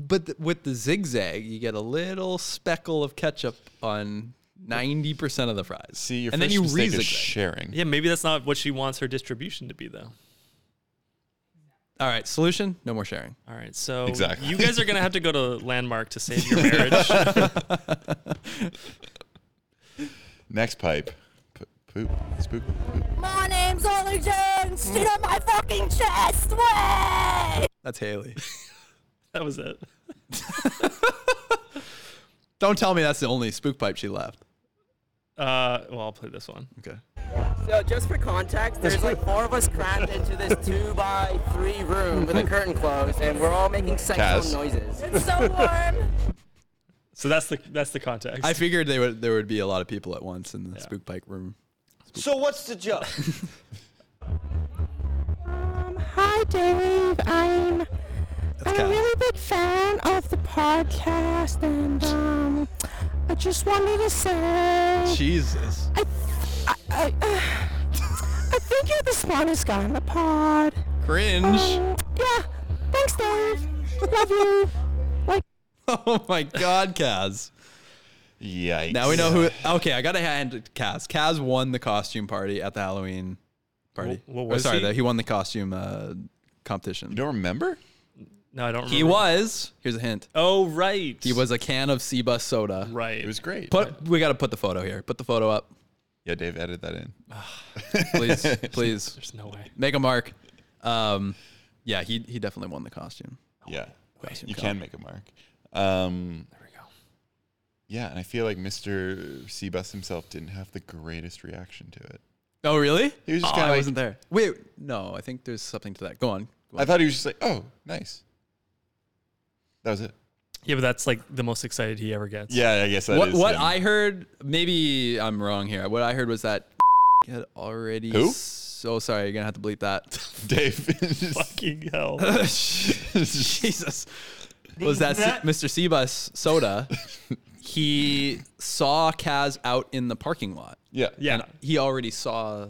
S4: But th- with the zigzag, you get a little speckle of ketchup on ninety percent of the fries.
S3: See, your
S4: and
S3: first
S4: then you
S3: mistake
S4: re-zigzag.
S3: is sharing.
S5: Yeah, maybe that's not what she wants her distribution to be, though.
S4: All right, solution: no more sharing.
S5: All right, so
S3: Exactly.
S5: you guys are gonna have to go to Landmark to save your
S3: *laughs*
S5: marriage.
S3: Next pipe. P- poop. Spook. Poop.
S2: My name's Ollie James. Sit on my fucking chest. Way.
S4: That's *laughs* Haley.
S5: that was it.
S4: don't tell me that's the only spook pipe she left.
S5: Uh, well, I'll play this one.
S4: Okay.
S8: So just for context, there's like four of us crammed into this two by three room with a curtain closed, and we're all making
S3: Kaz.
S8: sexual noises.
S2: It's so warm.
S5: So that's the that's the context.
S4: I figured they would there would be a lot of people at once in the spook pipe room.
S10: So what's the joke?
S2: Um, Hi, Dave. I'm
S4: That's Kaz.
S2: big fan of the podcast, and um, I just wanted to say.
S4: Jesus.
S2: I, I, I think you're the smartest guy in the pod.
S4: Cringe.
S2: Yeah. Thanks, Dave. Love you.
S4: *laughs* Oh my God, Kaz.
S3: Yikes.
S4: Now we know who. Okay, I got to hand it to Kaz. Kaz won the costume party at the Halloween party.
S5: Wh- what
S4: Or
S5: was
S4: sorry,
S5: he?
S4: The, he won the costume uh, competition.
S3: You don't remember?
S5: no, I don't. Remember.
S4: He was. Here's a hint.
S5: Oh, right.
S4: He was a can of Seabus soda.
S5: right.
S3: It was great.
S4: Put, we got to put the photo here. Put the photo up,
S3: yeah, Dave, edit that in.
S4: Oh, please, please.
S5: There's no way.
S4: Make a mark. Um, yeah, he he definitely won the costume.
S3: Yeah.
S4: Costume
S3: You
S4: comp.
S3: can make a mark. Um,
S5: There we go.
S3: yeah, and I feel like Mr. Seabus himself didn't have the greatest reaction to it.
S4: Oh really?
S3: He was just
S4: Oh,
S3: kinda
S4: I
S3: like-
S4: wasn't there. Wait, no. I think there's something to that. Go on. Go
S3: I
S4: on.
S3: thought he was just like, oh, nice. That was it.
S5: Yeah, but that's like the most excited he ever gets.
S3: Yeah, I guess that is.
S4: what what
S3: him.
S4: I heard, maybe I'm wrong here. What I heard was that *laughs* had already.
S3: Who?
S4: So sorry, you're gonna have to bleep
S3: *laughs*
S4: that.
S3: *laughs*
S4: *laughs*
S3: Dave. is-
S5: Fucking hell.
S4: Jesus, was that, Se- Mr. Seabus Soda? he saw Kaz out in the parking lot.
S3: yeah.
S5: yeah.
S4: He already saw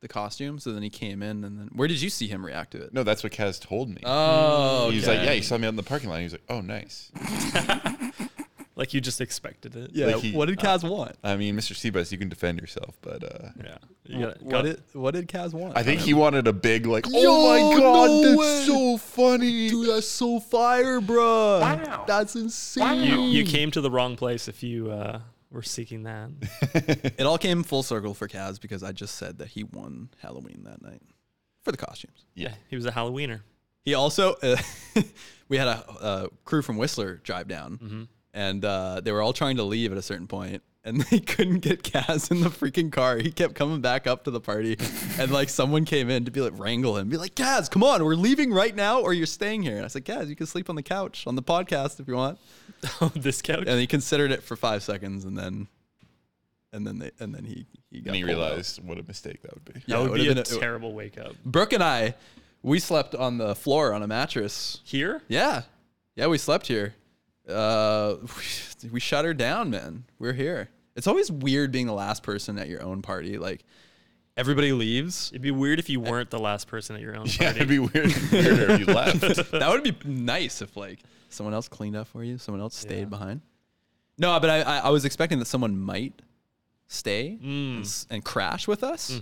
S4: the costume, so then he came in, and then where did you see him react to it?
S3: No, that's what Kaz told me.
S4: Oh,
S3: He was
S4: okay.
S3: like, yeah, he saw me out in the parking lot. He was like, oh, nice.
S5: like you just expected it.
S4: Yeah.
S3: Like he- uh,
S4: what did Kaz want?
S3: I mean, Mr. Seabus, you can defend yourself, but uh,
S5: Yeah. You gotta-
S4: What
S5: gotta-
S4: did What did Kaz want?
S3: I think he wanted a big like.
S4: Yo,
S3: oh my god,
S4: no
S3: that's
S4: way.
S3: so funny.
S4: Dude, that's so fire, bro. Wow. That's insane.
S5: you, you came to the wrong place if you uh, were seeking that.
S4: It all came full circle for Kaz because I just said that he won Halloween that night for the costumes.
S5: yeah. He was a Halloweener.
S4: He also, *laughs* uh, we had a uh, crew from Whistler drive down,
S5: Mm-hmm.
S4: and uh, they were all trying to leave at a certain point, and *laughs* they couldn't get Kaz in the freaking car. He kept coming back up to the
S5: *laughs*
S4: party, and like someone came in to be like wrangle him, be like, "Kaz, come on, we're leaving right now, or you're staying here." And I said, "Kaz, you can sleep on the couch on the podcast if you
S5: *laughs*
S4: want."
S5: Oh, this couch.
S4: And he considered it for five seconds, and then, and then they, and then he he got
S3: And he
S4: pulled out.
S3: realized what a mistake that would be.
S4: Yeah,
S5: that
S4: it
S5: would
S4: would've
S5: be a
S4: been it-
S5: terrible wake up.
S4: Brooke and I, we slept on the floor on a mattress.
S5: Here?
S4: Yeah, yeah, we slept here. Uh, *laughs* we, shut her down, man. We're here. It's always weird being the last person at your own party. Like *laughs* everybody leaves.
S5: It'd be weird if you weren't the last person at your own
S3: Yeah,
S5: party.
S3: it'd be weird, weirder if
S4: *laughs*
S3: you left.
S4: that would be nice if like someone else cleaned up for you. Someone else stayed behind. No, but I, I, I was expecting that someone might stay and, s- and crash with us.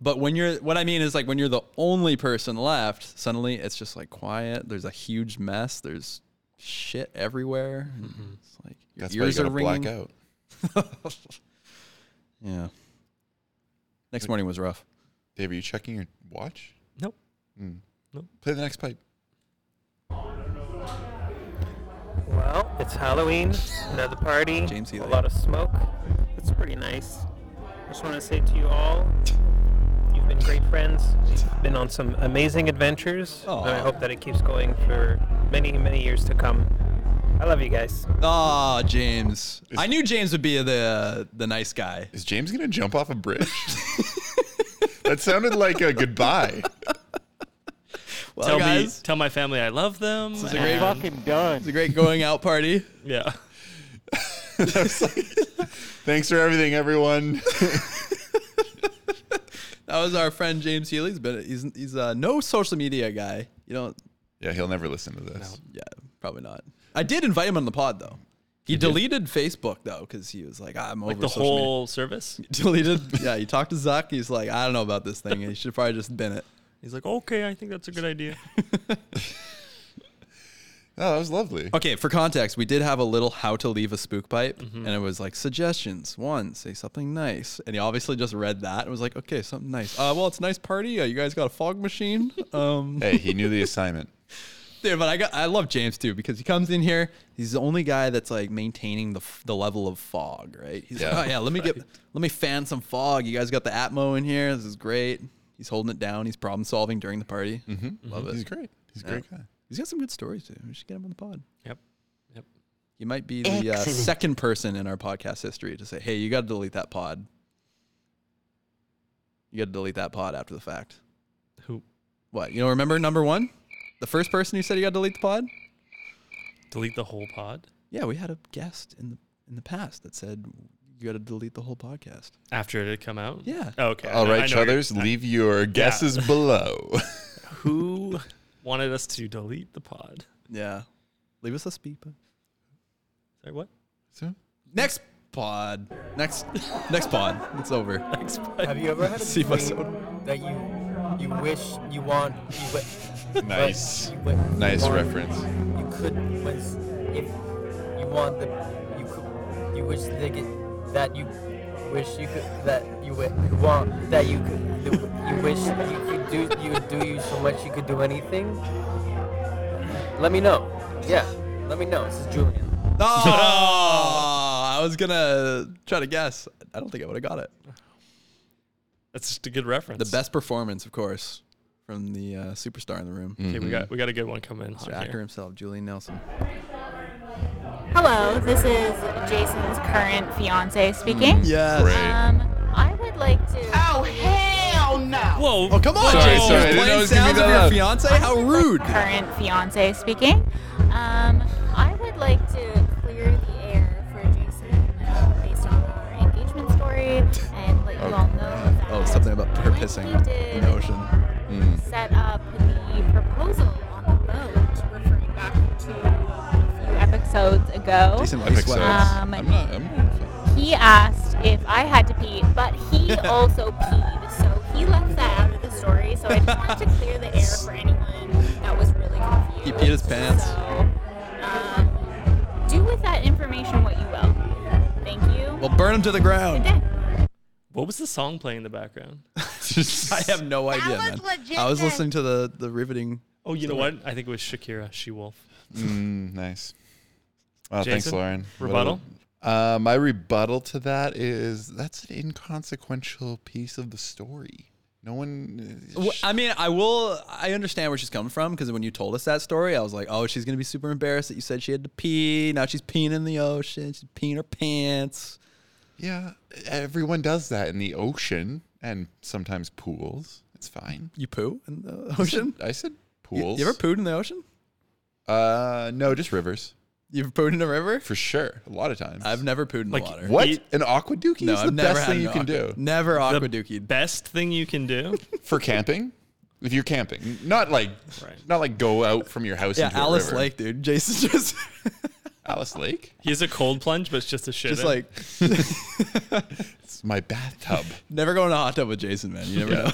S4: But when you're, what I mean is like when you're the only person left, suddenly it's just like quiet. There's a huge mess. There's shit everywhere. and It's like your
S3: That's why you
S4: ears
S3: gotta
S4: are ringing.
S3: black out.
S4: Yeah. Next morning was rough.
S3: Dave, are you checking your watch?
S5: Nope.
S3: Play the next pipe.
S11: Well, it's Halloween, another party,
S4: James
S11: a
S4: Healy.
S11: lot of smoke. It's pretty nice. I just want to say to you all, you've been great friends. You've been on some amazing adventures, and I
S4: Aw.
S11: hope that it keeps going for many, many years to come. I love you guys.
S4: Ah, James. I knew James would be the the nice guy.
S3: Is James gonna jump off
S4: *laughs*
S3: a bridge? that sounded like a goodbye.
S4: Well,
S5: Tell me,
S4: guys,
S5: tell my family I love them. This is a great
S6: Fucking done.
S4: it's a great going out party.
S5: Yeah. *laughs*
S3: I was like, Thanks for
S4: *laughs*
S3: everything, everyone.
S4: That was our friend James Healy. He's been he's he's uh, no social media guy. You don't.
S3: Yeah, he'll never listen to this.
S4: Yeah, probably not. I did invite him on the pod though. He deleted Facebook though because he was like, "Ah, I'm over
S5: Like the
S4: social
S5: whole service.
S4: media. *laughs* Deleted. yeah, he talked to Zuck. He's like, I don't know about this thing. He should probably just bin it.
S5: He's like, okay, I think that's a
S4: *laughs*
S5: good idea.
S3: Oh, that was lovely.
S4: Okay, for context, we did have a little how to leave a spook pipe, and it was like suggestions. One, say something nice, and he obviously just read that and was like, "Okay, something nice." Uh, well, it's a nice party. Uh, you guys got a fog machine, *laughs* um,
S3: Hey, he knew the assignment.
S4: dude. But I got, I love James too because he comes in here. He's the only guy that's like maintaining the f- the level of fog, right? He's
S3: Yeah.
S4: like, "Oh yeah, let me get, let me fan some fog. You guys got the Atmo in here. This is great." He's holding it down. He's problem solving during the party. Love it.
S3: Mm-hmm. He's great. He's a great guy.
S4: He's got some good stories too. We should get him on the pod.
S5: Yep. Yep.
S4: You might be the uh, second person in our podcast history to say, "Hey, you got to delete that pod. You got to delete that pod after the fact."
S5: Who
S4: What? You don't remember number one? The first person who said you got to delete the pod?
S5: delete the whole pod
S4: Yeah, we had a guest in the in the past that said you got to delete the whole podcast.
S5: after it had come out?
S4: Yeah.
S5: Oh, Okay.
S3: All
S5: I- I
S3: right,
S5: know you're-
S3: Chuthers, leave your guesses below.
S5: *laughs* Who wanted us to delete the pod?
S4: *laughs* Yeah. Leave us a speed. bud.
S5: Sorry, what? *laughs*
S3: so,
S4: Next pod. Next next pod. It's over. Next pod.
S12: Have you ever had a
S4: See if I
S12: dream that you you wish you want you wi-
S3: Nice.
S12: but
S3: *laughs*
S12: you wi-
S3: Nice
S12: want-
S3: reference.
S12: You could when s- if you want the you could you wish they get that you wish you could that you wi- you want that you could the, you wish you could do you could do you so much you could do anything. Let me know. Yeah, let me know. This is Julian.
S4: Oh, I was gonna try to guess. I don't think I would have got it.
S5: That's just a good reference.
S4: The best performance, of course, from the uh, superstar in the room.
S3: Mm.
S5: Okay, we
S3: Mm-hmm.
S5: got we got a good one coming.
S4: Mr.
S5: on
S4: Actor
S5: here.
S4: himself, Julian Nelson.
S13: Hello, this is Jason's current fiance speaking.
S4: Yes.
S3: Great.
S13: Um, I would like to. Oh hell no!
S5: Whoa!
S4: Oh, come on,
S3: Sorry,
S4: Jason.
S3: sorry, I didn't know it
S4: Playing
S3: was gonna
S4: sounds
S3: be
S4: of
S3: that
S4: your
S3: loud.
S4: fiance? How rude.
S13: Current fiance speaking. Um, I would like to clear the air for Jason uh, based on our engagement story and let you all know that
S4: Oh, something about her pissing
S13: when he did
S4: in the ocean.
S13: set up the proposal on the boat, referring back to a few epics episodes ago.
S3: Decent episodes.
S13: Um,
S3: I'm not. I'm,
S13: he asked if I had to pee, but
S4: *laughs*
S13: he also peed, so he left that out of the story. So I just wanted to clear the air for anyone that was really confused.
S4: he peed his pants.
S13: So, um, do with that information what you will. Thank you.
S4: Well, burn him to the ground.
S13: Good day.
S5: What was the song playing in the background?
S4: I have no idea, man. I was listening to the the riveting.
S5: Oh, you know
S4: story.
S5: what? I think it was Shakira, She Wolf.
S3: Mm, nice. Wow, Oh, thanks,
S5: Jason,
S3: Lauren. What
S5: rebuttal?
S3: a- uh, my rebuttal to that is that's an inconsequential piece of the story. No one.
S4: Well, I mean, I will. I understand where she's coming from because when you told us that story, I was like, "Oh, she's gonna be super embarrassed that you said she had to pee. Now she's peeing in the ocean. She's peeing her pants."
S3: Yeah, everyone does that in the ocean and sometimes pools. It's fine.
S4: You poo in the
S3: *laughs*
S4: ocean?
S3: I said
S4: You-
S3: pools.
S4: You, ever pooed in the ocean?
S3: Uh, no, just rivers.
S4: You've pooed in a river?
S3: For sure. A lot of times.
S4: I've never pooed in the water.
S3: What? An aqua dookie
S4: No,
S3: is
S4: I've
S3: the
S4: never
S3: best
S4: had
S3: thing you
S4: an
S3: can
S4: aqua-
S3: do.
S4: Never aqua dookie.
S5: Best thing you can do.
S3: *laughs* For camping? If you're camping. Not like not like go out from your house
S4: Yeah,
S3: into
S4: Alice
S3: a river.
S4: Lake, dude. *laughs* Jason just
S3: Alice Lake?
S5: He's a cold plunge, but it's just a shit.
S4: just
S5: in.
S4: like
S3: It's my bathtub.
S4: *laughs* never go in a hot tub with Jason, man. You never
S3: Yeah. *laughs*
S4: know.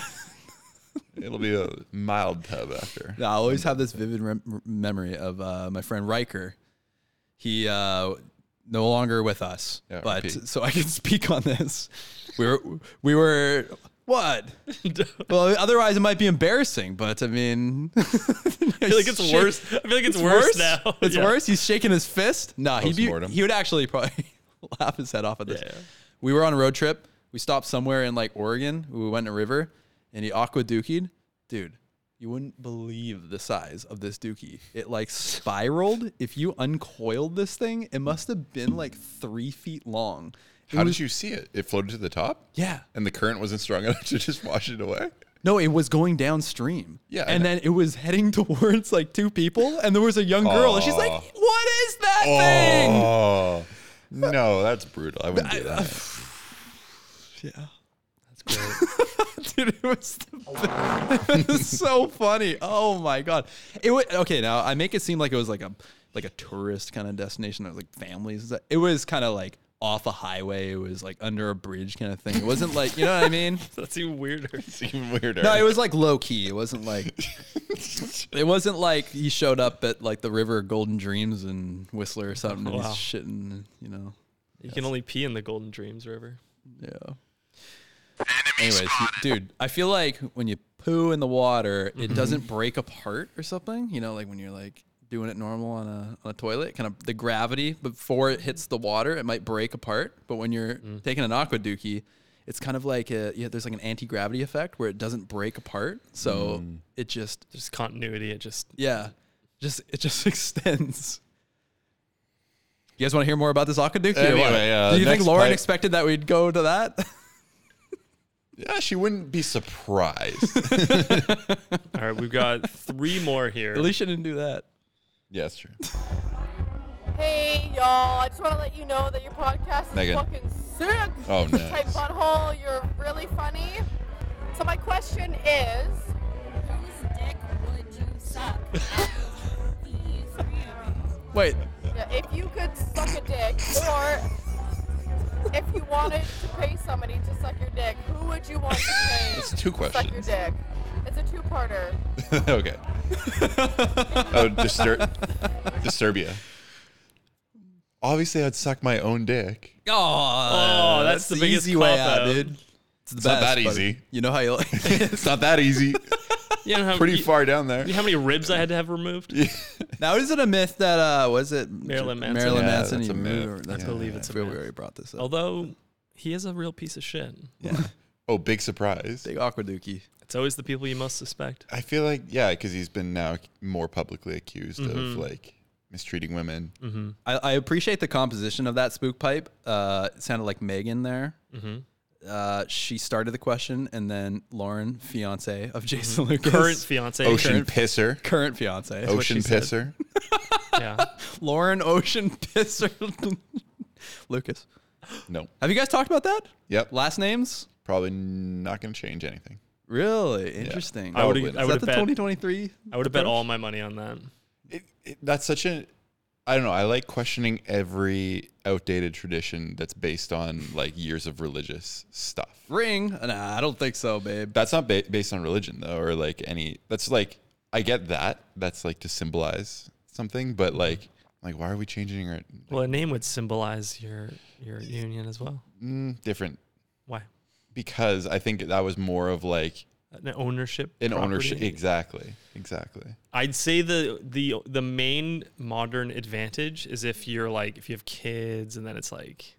S3: It'll be a mild tub after.
S4: No, I always have this vivid rem- memory of uh, my friend Riker. He uh, no longer with us,
S5: Oh,
S3: Yeah,
S4: but
S3: RIP.
S4: *laughs* so I can speak on this. We were we were
S5: *laughs*
S4: what? well, otherwise it might be embarrassing, but I mean, *laughs* I
S5: feel like it's worse- I feel like it's worse now.
S4: It's
S5: Yeah.
S4: worse. He's shaking his fist. No, he'd be,
S3: Postmortem.
S4: he would actually probably *laughs* laugh his head off at this. We were on a road trip. We stopped somewhere in like Oregon. We went in a river, and he aqua dookied. Dude, you wouldn't believe the size of this dookie. It like spiraled. If you uncoiled this thing, it must have been like three feet long. It
S3: How
S4: was-
S3: did you see it? It floated to the top?
S4: Yeah.
S3: And the current wasn't strong enough to just wash it away?
S4: No, it was going downstream.
S3: Yeah, I
S4: And
S3: know.
S4: then it was heading *laughs* towards like two people, and there was a young girl, and she's like,
S3: Aw.
S4: What is that thing?
S3: Oh. No, that's brutal. I wouldn't do that.
S4: Yeah. That's great. *laughs* Dude, it was, the, *laughs* it was so funny. Oh my god. It was okay, now I make it seem like it was like a like a tourist kind of destination. It was like families. and stuff. It was kind of like off a highway. It was like under a bridge kind of thing. It wasn't like, you know what I mean?
S5: *laughs* That's even
S3: *laughs*
S5: weirder.
S3: It's even weirder.
S4: No, it was like low key. It wasn't like it wasn't like he showed up at like the river of Golden Dreams and Whistler or something and
S5: Wow.
S4: he's shitting, you know.
S5: You can only pee in the Golden Dreams River.
S4: Yeah. Anyways, you- dude, I feel like when you poo in the water,
S3: Mm-hmm.
S4: it doesn't break apart or something. You know, like when you're like doing it normal on a on a toilet, kind of the gravity before it hits the water, it might break apart. But when you're
S3: Mm-hmm.
S4: taking an aqua dookie, it's kind of like a yeah, there's like an anti gravity effect where it doesn't break apart, so
S3: Mm.
S4: it just
S5: There's continuity. It just
S4: yeah, just it just *laughs* extends. You guys want to hear more about this aqua dookie? or what?
S3: Anyway, uh,
S4: do you think
S3: next
S4: Lauren
S3: pipe-
S4: expected that we'd go to that?
S3: Yeah, she wouldn't
S4: *laughs*
S3: be surprised.
S5: all right. We've
S3: *laughs*
S5: got three more here.
S4: At least you didn't do that.
S3: yeah, that's true.
S14: Hey y'all, I just want to let you know that your podcast is
S3: Megan.
S14: fucking sick.
S3: Oh, nice.
S14: Type butthole, you're really funny. So my question is, whose dick would you
S4: *laughs*
S14: suck?
S4: Wait,
S14: yeah, if you could suck a dick, or if you wanted to pay somebody to suck your dick, who would you want to pay
S3: That's
S14: to
S3: two
S14: suck your
S3: questions.
S14: dick? It's a two-parter.
S3: *laughs* okay. oh, disturb Disturbia. Obviously, I'd suck my
S4: *laughs*
S3: own dick.
S4: Oh,
S5: Oh, that's the biggest
S4: easy way
S5: cop-out.
S4: out, dude. It's, the
S3: It's not
S4: best,
S3: that
S4: but
S3: easy.
S4: You know how you
S5: *laughs*
S4: like.
S3: it's not that easy.
S5: You know
S4: *laughs*
S5: how,
S3: Pretty
S5: you-
S3: far down there.
S5: you know how many ribs I had to have removed?
S4: now is it a myth that uh was it
S5: Marilyn Manson.
S4: Marilyn
S5: Yeah,
S4: Manson.
S3: that's a
S4: you
S3: myth.
S4: moved-
S5: I believe
S4: yeah,
S5: it's
S4: I
S5: a
S4: feel
S5: myth.
S4: we already brought this up.
S5: Although he is a real piece of shit.
S3: Oh, big surprise.
S4: Big awkward dookie.
S5: It's always the people you most suspect.
S3: I feel like, yeah, because he's been now more publicly accused
S5: Mhm.
S3: of like mistreating women.
S4: I, I appreciate the composition of that spook pipe. Uh, it sounded like Megan there.
S5: Mhm.
S4: Uh, she started the question, and then Lauren, fiance of Jason Lucas,
S5: Mm-hmm. Current fiance.
S3: Ocean
S5: Current-
S3: pisser.
S4: current fiance, is what
S3: Ocean
S4: she said.
S3: pisser. *laughs*
S5: yeah.
S4: Lauren Ocean Pisser *laughs* Lucas.
S3: No.
S4: Have you guys talked about that?
S3: Yep.
S4: Last names?
S3: Probably not going to change anything.
S4: Really interesting.
S5: I would.
S3: Probably
S5: I
S4: Is that
S5: would have
S4: the
S5: bet.
S4: 2023?
S5: I would have bet all my money on that.
S3: It, it, that's such a I don't know. I like questioning every outdated tradition that's based on like years of religious stuff.
S4: Ring? Nah, I don't think so, babe.
S3: That's not ba- based on religion though, or like any. That's like I get that. That's like to symbolize something, but like, like why are we changing our
S5: Well, a name would symbolize your your union as well.
S3: mm, different?
S5: Why?
S3: Because I think that was more of like
S5: An ownership
S3: An ownership,
S5: property?
S3: exactly, exactly.
S5: I'd say the the the main modern advantage is if you're like if you have kids and then it's like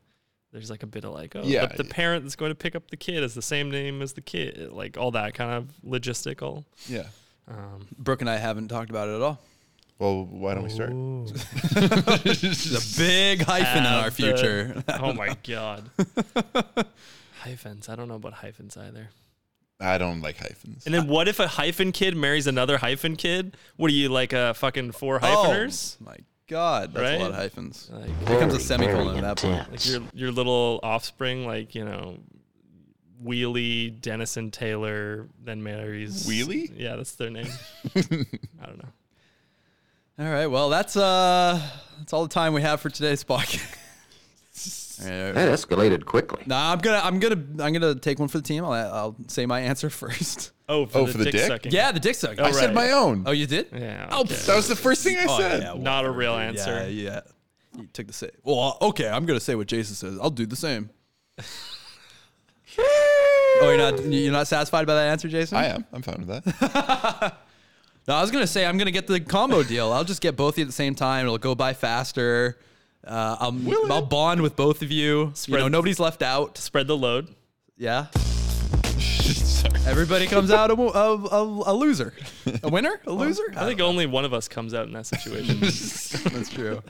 S5: there's like a bit of like oh
S3: Yeah,
S5: the, the parent that's going to pick up the kid is the same name as the kid like all that kind of
S3: *laughs*
S5: logistical.
S3: Yeah.
S5: Um,
S4: Brooke and I haven't talked about it at
S5: *laughs*
S4: all.
S3: Well, why don't we start?
S5: Oh.
S4: There's a big hyphen in our
S5: Have the-
S4: future. *laughs*
S5: oh my
S3: *laughs*
S5: god. hyphens. I don't know about hyphens either.
S3: I don't like hyphens.
S5: And then what if a hyphen kid marries another hyphen kid? What are you like a fucking four
S4: Oh,
S5: hypheners?
S4: my god, that's
S5: Right?
S4: a lot of hyphens.
S5: Like,
S4: Here comes a semicolon at that point.
S5: Like your your little offspring, like you know, Wheelie Dennison Taylor, then marries
S4: Wheelie?
S5: Yeah, that's their
S3: *laughs*
S5: name. I don't know.
S4: All right, well that's uh that's all the time we have for today's *laughs* podcast.
S15: That escalated quickly.
S4: Nah, I'm gonna, I'm gonna, I'm gonna take one for the team. I'll, I'll say my answer *laughs* first.
S5: Oh,
S3: for Oh, the for the dick dick? sucking.
S4: Yeah, the dick sucking.
S3: I said my own.
S4: Oh, you did?
S5: Yeah.
S4: Oh,
S5: okay.
S4: pff.
S3: That was the first thing I
S4: Oh,
S3: said.
S4: yeah,
S5: Not a real
S4: yeah,
S5: answer.
S4: Yeah, You took the same. Well, uh, okay, I'm gonna say what Jason says. I'll do the
S3: *laughs*
S4: same. oh, you're not, you're not satisfied by that answer, Jason?
S3: I am. I'm fine with that.
S5: *laughs*
S4: No, I was gonna say I'm gonna get the combo deal. I'll just get both of you at the same time. It'll go by faster. Uh, I'll, I'll bond with both of you. you know, nobody's left out.
S5: Spread the load.
S3: *laughs*
S4: Yeah. Everybody comes out a, a, a, a loser, a winner, a
S3: *laughs*
S4: loser.
S3: Um,
S5: I think only one of us comes out in that situation.
S4: That's true.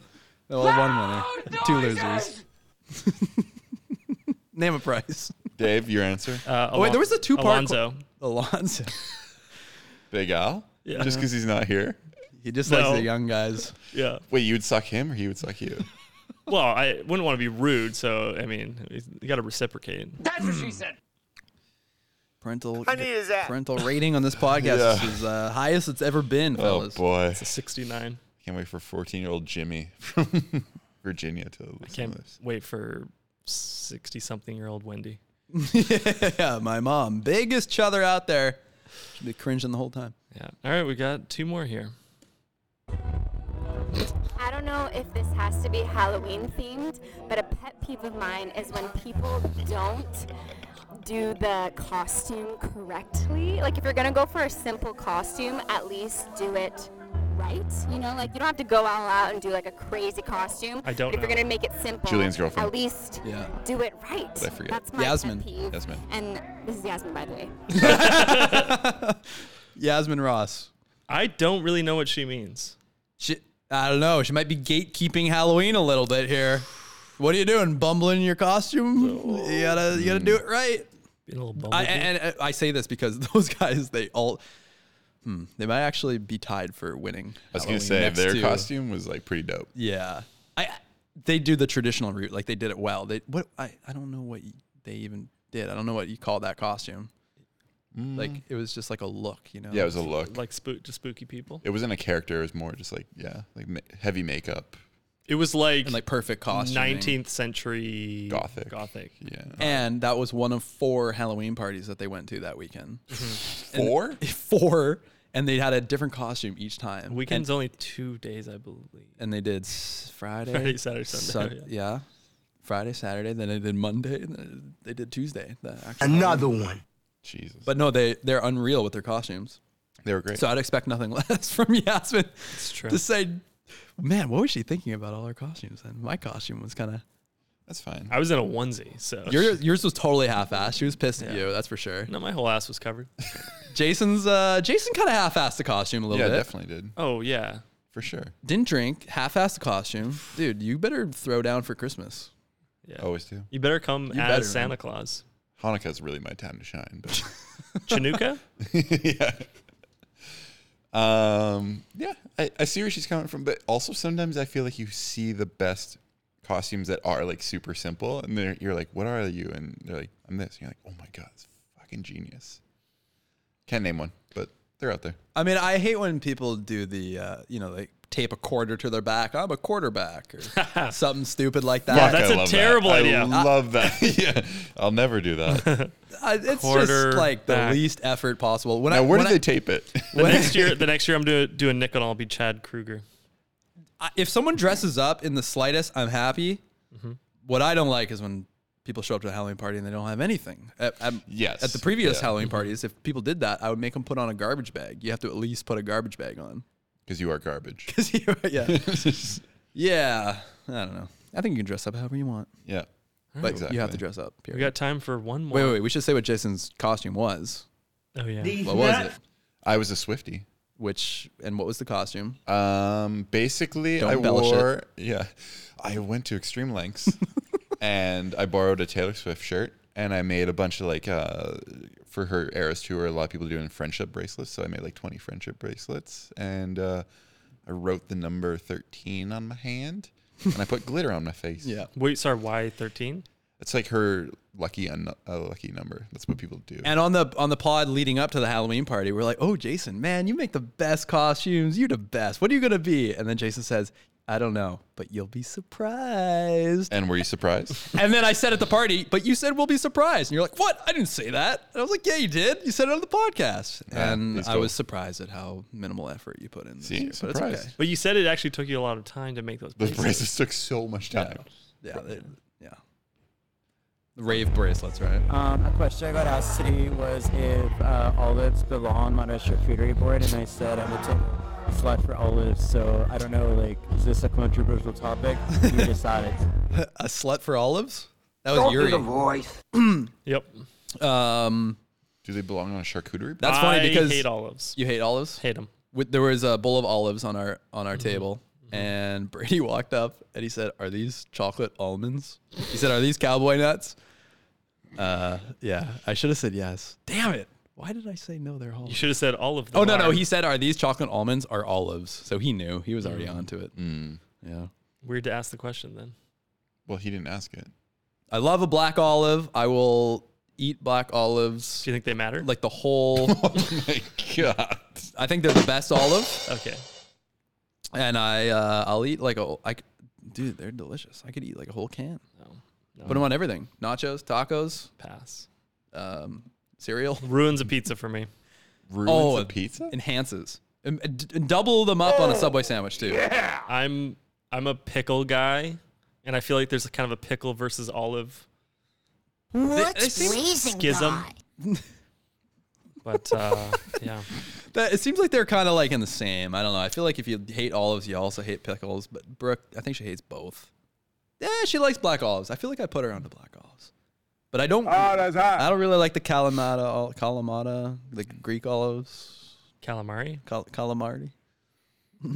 S4: Well, one winner, two losers. Name a price. *laughs*
S3: Dave, your answer.
S5: Uh,
S4: Oh, wait, there was a two part.
S5: Alonzo.
S4: Alonzo.
S3: Big Al.
S5: Yeah.
S3: Just because he's not here.
S4: He just
S5: likes No. the young
S4: guys.
S5: Yeah.
S3: Wait, you would suck him, or he would
S5: *laughs*
S3: suck you?
S5: Well, I wouldn't want to be rude, so I mean, you got to reciprocate.
S10: That's what she said.
S4: Parental
S10: I need his ass.
S4: parental rating on this podcast
S3: Yeah.
S4: is uh, highest it's ever been,
S3: Oh
S4: fellas.
S3: boy,
S5: It's a 69.
S3: can't wait for 14 year old Jimmy *laughs* from Virginia to listen
S5: I
S3: to
S5: can't
S3: this.
S5: wait for 60 something year old Wendy.
S4: yeah, my mom, biggest chother out there, should be cringing the whole time.
S5: Yeah. All right, we got two more here.
S13: I don't know if this has to be Halloween themed, but a pet peeve of mine is when people don't do the costume correctly. Like if you're gonna go for a simple costume, at least do it right. You know, like you don't have to go all out and do like a crazy costume.
S3: I don't
S13: But if
S3: know.
S13: you're gonna make it simple,
S3: Julian's girlfriend.
S13: At least
S3: Yeah.
S13: do it right.
S3: Did I forget?
S13: That's my
S4: Yasmin.
S13: pet peeve.
S4: Yasmin.
S13: And this is Yasmin, by the way.
S4: Yasmin Ross.
S5: I don't really know what she means.
S4: She, I don't know. She might be gatekeeping Halloween a little bit here. What are you doing? Bumbling in your costume? You gotta, you gotta do it right.
S5: Being a little
S4: I,
S5: bumblebee.
S4: and and uh, I say this because *laughs* those guys, they all, hmm, they might actually be tied for winning.
S3: I was gonna
S4: Halloween
S3: say
S4: next
S3: their
S4: to-
S3: costume was like pretty dope.
S4: Yeah, I. They do the traditional route, like they did it well. They what I, I don't know what they even did. I don't know what you call that costume. Like it was just like a look, you know.
S3: Mm. Yeah, it was a look.
S5: Like spook to spooky people.
S3: It wasn't a character. It was more just like yeah, like ma- heavy makeup,
S5: It was like
S4: And, like, perfect costuming.
S5: 19th century
S3: gothic,
S5: Gothic.
S3: Yeah.
S4: and that was one of four Halloween parties that they went to that weekend. And- *laughs*
S3: Four?
S4: four, and they had a different costume each time.
S5: Weekend's
S4: and,
S5: only two days, I believe.
S4: and they did s- Friday,
S5: Friday, Saturday, Sunday,
S4: Sun- yeah. Friday, Saturday, then they did Monday, and then they did Tuesday. the actual
S10: Another
S4: Halloween.
S10: one.
S3: Jesus.
S4: But no, they they're unreal with their costumes.
S3: They were great.
S4: So I'd expect nothing *laughs* less from Yasmin. It's
S5: true.
S4: To say, man, what was she thinking about all her costumes? And my costume was kind of
S3: That's fine.
S5: I was in a onesie, so *laughs*
S4: Yours, yours was totally half-assed. She was pissed at you, that's for sure.
S5: no, my whole ass was covered.
S4: Jason's uh, Jason kind of half-assed the costume a little
S3: yeah,
S4: bit.
S3: definitely did
S5: Oh yeah,
S4: *laughs*
S3: for sure.
S4: Didn't drink, half-assed the costume, dude. You better throw down for Christmas.
S5: yeah.
S3: Always do.
S5: You better come
S4: You
S5: as
S4: better,
S5: Santa
S4: man.
S5: Claus.
S3: Hanukkah's really my time to shine. But
S4: *laughs*
S3: *laughs*
S5: Chinooka.
S3: yeah. Um, yeah, I, I see where she's coming from, but also sometimes I feel like you see the best costumes that are like super simple, and they're, you're like, "What are you?" And they're like, "I'm this." And you're like, "Oh my god, it's fucking genius." Can't name one, but they're out there.
S4: I mean, I hate when people do the, uh, you know, like tape a quarter to their back. I'm a quarterback or something stupid like that.
S3: Fuck, I love that. I love that.
S4: *laughs*
S3: *laughs* yeah, I'll never do that.
S4: Ah. I- it's just
S5: Quarterback.
S4: like the least effort possible. When
S3: now,
S4: I, *laughs*
S3: where
S4: when
S3: did
S4: I-
S3: they tape it? *laughs*
S5: The next year, the next year, I'm doing doing Nick and I'll be Chad Kruger.
S4: I- if someone dresses up in the slightest, I'm happy. What I don't like is when people show up to a Halloween party and they don't have anything. At, at-
S3: Yes.
S4: At the previous
S3: Yeah.
S4: Halloween parties, if people did that, I would make them put on a garbage bag. You have to at least put a garbage bag on. *laughs*
S3: Because you are garbage. *laughs*
S4: Because you are, yeah. yeah. I don't know. I think you can dress up however you want.
S3: Yeah.
S4: But you have to
S5: Exactly.
S4: dress up.
S5: We got time for one more.
S4: Wait, wait, wait. We should say what Jason's costume was.
S5: Oh, yeah. These
S4: What was
S5: nut-
S4: it?
S3: I was a Swifty.
S4: Which and what was the costume?
S3: Um, basically,
S4: Don't
S3: I
S4: embellish it.
S3: wore yeah, I went to
S4: *laughs*
S3: extreme lengths, and I borrowed a Taylor Swift shirt, and I made a bunch of like uh, for her Eras tour. A lot of people doing friendship bracelets, so I made like twenty friendship bracelets, and uh, I wrote the number thirteen on my hand, and I put glitter on my face.
S4: Yeah.
S5: Wait, sorry, why 13?
S3: It's like her lucky un- uh, lucky number. That's what people do.
S4: And on the on the pod leading up to the Halloween party, we're like, "Oh, Jason, man, you make the best costumes. You're the best. What are you gonna be?" And then Jason says, "I don't know, but you'll be surprised."
S3: And were you surprised?
S4: *laughs* And then I said at the party, "But you said we'll be surprised." And you're like, "What? I didn't say that." And I was like, "Yeah, you did. You said it on the podcast."
S3: Yeah,
S4: and
S3: he's
S4: I
S3: cool.
S4: was surprised at how minimal effort you put in. This
S3: See?
S4: year, but it's
S3: Surprised.
S4: okay.
S5: But you said it actually took you a lot of time to make those.
S3: Those
S5: bracelets.
S3: bracelets took so much time.
S4: Yeah, they, yeah. The rave bracelets, right?
S12: Um, a question I got asked today was if uh, olives belong on a charcuterie board, and I said I'm a total slut for olives. So I don't know, like, is this a controversial topic?
S4: *laughs*
S12: you decide it.
S4: a slut for olives? That was
S12: Don't do
S4: Yuri.
S12: the voice.
S5: yep.
S4: Um,
S3: do they belong on a charcuterie?
S4: That's funny
S5: I
S4: because
S5: hate olives.
S4: You hate olives?
S5: Hate Mm-hmm. 'em.
S4: With, there was a bowl of olives on our on our table, and Brady *laughs* walked up and he said, "Are these chocolate almonds?" He said, "Are these cowboy nuts?" Uh, yeah, I should have said yes. Damn it! Why did I say no? They're
S5: You
S4: olives.
S5: should have said all of them.
S4: Oh no no!
S5: are.
S4: He said, "Are these chocolate almonds or olives?" So he knew he was already
S5: Mm.
S4: onto it. Yeah.
S5: Weird to ask the question then.
S3: Hmm. Well, he didn't ask it.
S4: I love a black olive. I will eat black olives. Do
S5: you think they matter?
S4: Like the
S5: *laughs*
S4: whole. oh
S3: my god!
S4: I think they're the best olive.
S5: Okay.
S4: And I, uh, I'll eat like a, I, c- dude, they're delicious. I could eat like a whole can. No, Put them on everything: nachos, tacos,
S5: pass,
S4: um, cereal.
S5: Ruins a pizza for me.
S3: Ruins
S4: oh,
S3: a pizza?
S4: enhances. Um, uh, d- double them up on a subway sandwich too.
S5: I'm I'm a pickle guy, and I feel like there's a kind of a pickle versus olive
S16: What's
S4: seem-
S16: reason
S5: schism.
S16: guy?
S5: But uh, yeah,
S4: That, it seems like they're kind of like in the same. I don't know. I feel like if you hate olives, you also hate pickles. But Brooke, I think she hates both. Yeah, she likes black olives. I feel like I put her onto black olives, but I don't. I don't really like the calamata, ol- calamata, the Greek olives,
S5: calamari,
S4: cal-
S5: *laughs*
S4: calamari.
S3: *laughs*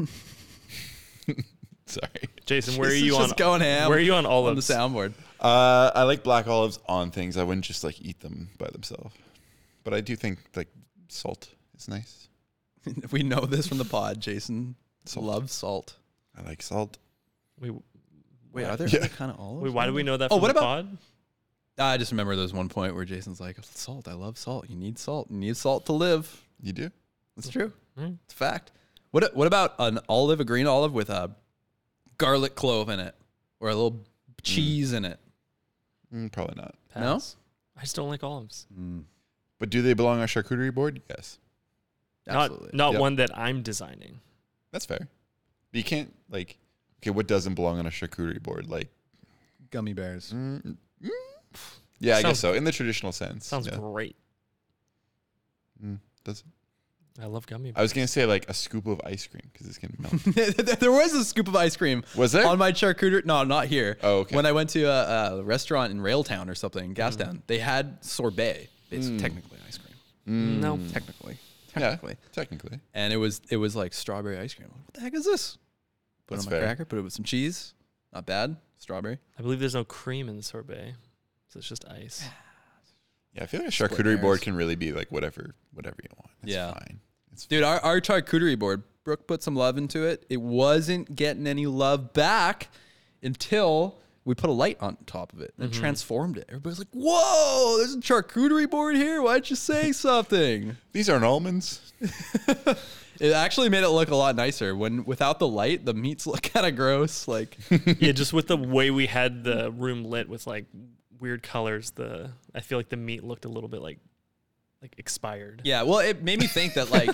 S3: Sorry,
S4: *laughs*
S5: Jason, where are
S4: Jason's
S5: you on?
S4: just going ham
S5: Where are you on
S4: on the
S5: olives?
S4: soundboard. *laughs*
S3: Uh, I like black olives on things. I wouldn't just like eat them by themselves, but I do think like salt is nice.
S4: we know this from the pod. Jason loves salt.
S3: I like salt.
S5: Wait,
S4: Wait, are there
S3: Yeah.
S4: other kind of olives?
S5: Wait, why do we know that
S4: Oh,
S5: from
S4: what
S5: the
S4: about?
S5: pod?
S4: I just remember there's one point where Jason's like, "Salt, I love salt. You need salt. You need salt to live."
S3: You do.
S4: That's true.
S5: Mm.
S4: It's a Hmm. fact. What What about an olive, a green olive with a garlic clove in it, or a
S5: Mm.
S4: little cheese in it?
S3: Mm, probably not.
S4: No.
S5: Pass. I just don't like olives.
S3: But do they belong on a charcuterie board? Yes,
S5: Not
S4: Absolutely.
S5: not
S3: Yep.
S5: one that I'm designing.
S3: that's fair. But you can't like. Okay, what doesn't belong on a charcuterie board? Like, mm,
S4: Gummy bears. *laughs*
S3: yeah, I
S5: Sounds-
S3: guess so. In the traditional sense,
S5: Sounds
S3: yeah.
S5: great.
S3: Mm, does it?
S5: I love gummy.
S3: I was gonna say like a scoop of ice cream because it's
S4: *laughs*
S3: gonna melt.
S4: there was a scoop of ice cream.
S3: Was there?
S4: on my charcuterie? No, not here.
S3: Oh, okay.
S4: When I went to a, a restaurant in Railtown or something, Gastown, they had sorbet. It's
S3: Mm-hmm. Mm.
S4: technically ice cream. Um,
S3: Mm.
S5: No.
S4: Technically.
S3: Yeah,
S4: Technically.
S3: technically.
S4: And it was it was like strawberry ice cream. What the heck is this? Put
S3: That's
S4: it on
S3: fair.
S4: my cracker. Put it with some cheese. Not bad. Strawberry.
S5: I believe there's no cream in the sorbet, so it's just
S4: *laughs*
S5: ice.
S3: Yeah, I feel like a
S4: Split
S3: charcuterie board
S4: hairs.
S3: can really be like whatever, whatever you want. It's
S4: Yeah.
S3: fine.
S4: Dude, our, our charcuterie board, Brooke put some love into it. It wasn't getting any love back until we put a light on top of it and it
S3: Mm-hmm.
S5: Mhm.
S4: transformed it. Everybody's like, "Whoa, there's a charcuterie board here! Why'd you say *laughs* something?"
S3: These aren't almonds.
S4: it actually made it look a lot nicer. When without the light, the meats *laughs* look kind of gross. Like,
S5: yeah, just with the way we had the room lit with like weird colors, the I feel like the meat looked a little bit like like expired.
S4: yeah. Well, it made me think that like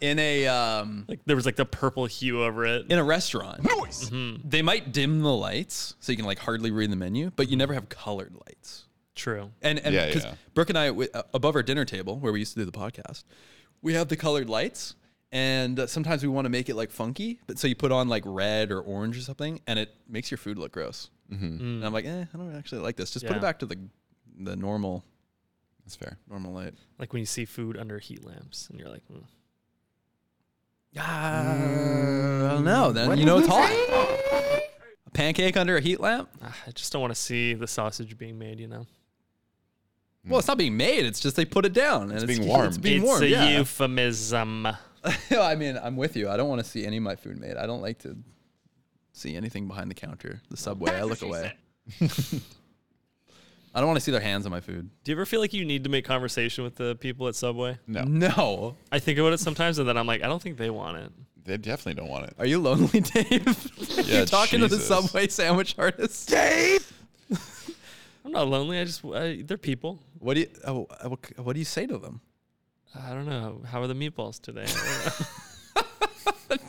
S4: in a um
S5: like there was like the purple hue over it
S4: in a restaurant. Mhm. They might dim the lights so you can like hardly read the menu, but you never have colored lights.
S5: True.
S4: *laughs* And and
S5: Mhm. Yeah,
S4: because
S5: yeah.
S4: Brooke and I we, uh, above our dinner table where we used to do the podcast, we have the colored lights, and uh, sometimes we want to make it like funky, but so you put on like red or orange or something, and it makes your food look gross.
S3: Mhm.
S4: And
S5: Mm.
S4: I'm like, eh, I don't actually like this. Just put
S5: Yeah.
S4: it back to the the normal.
S3: That's fair.
S4: Normal light.
S5: Like when you see food under heat lamps and you're like, mm. Mm.
S4: I don't know. Then you know it's hot. A pancake under a heat lamp.
S5: ah, I just don't want to see the sausage being made, you know.
S4: Well, it's not being made. It's just they put it down and it's, It's being
S5: It's
S4: warm.
S5: a
S4: yeah. *laughs*
S5: euphemism.
S4: I mean, I'm with you. I don't want to see any of my food made. I don't like to see anything behind the counter, the subway. I look away. *laughs* I don't want to see their hands on my food.
S5: Do you ever feel like you need to make conversation with the people at Subway?
S3: No.
S4: No.
S5: I think about it sometimes and then I'm like, I don't think they want it.
S3: They definitely don't want it.
S4: Are you lonely, *laughs* Dave?
S5: Yeah,
S4: You're talking to the
S5: Jesus.
S4: subway sandwich artist. Dave.
S5: I'm not lonely. I just I, they're people.
S4: What do you oh, uh, what c- what do you say to them?
S5: I don't know. How are the meatballs *laughs* today?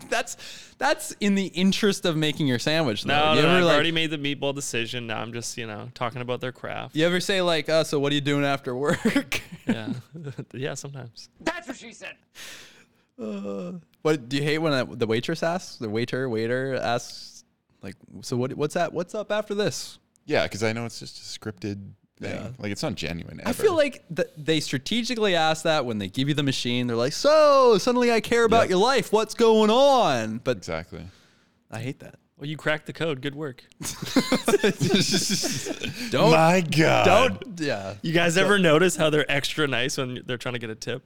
S4: that's that's in the interest of making your sandwich. Though.
S5: no, no,
S4: you
S5: no,
S4: ever
S5: I've
S4: like
S5: already made the meatball decision. Now I'm just you know talking about their craft.
S4: you ever say like, uh, so what are you doing after work? *laughs*
S5: Yeah, yeah. Sometimes.
S10: That's what she said.
S4: Uh, what do you hate when I, the waitress asks the waiter waiter asks like so what what's that what's up after this?
S3: Yeah, because I know it's just a scripted thing.
S4: Yeah.
S3: Like it's not genuine. Ever.
S4: I feel like th- they strategically ask that when they give you the machine. They're like, so suddenly I care about your life. What's going on? But
S3: exactly,
S4: *laughs* I hate that.
S5: Well, you cracked the code. Good work.
S4: Don't
S3: My God.
S4: Don't yeah.
S5: You guys ever notice how they're extra nice when they're trying to get a tip?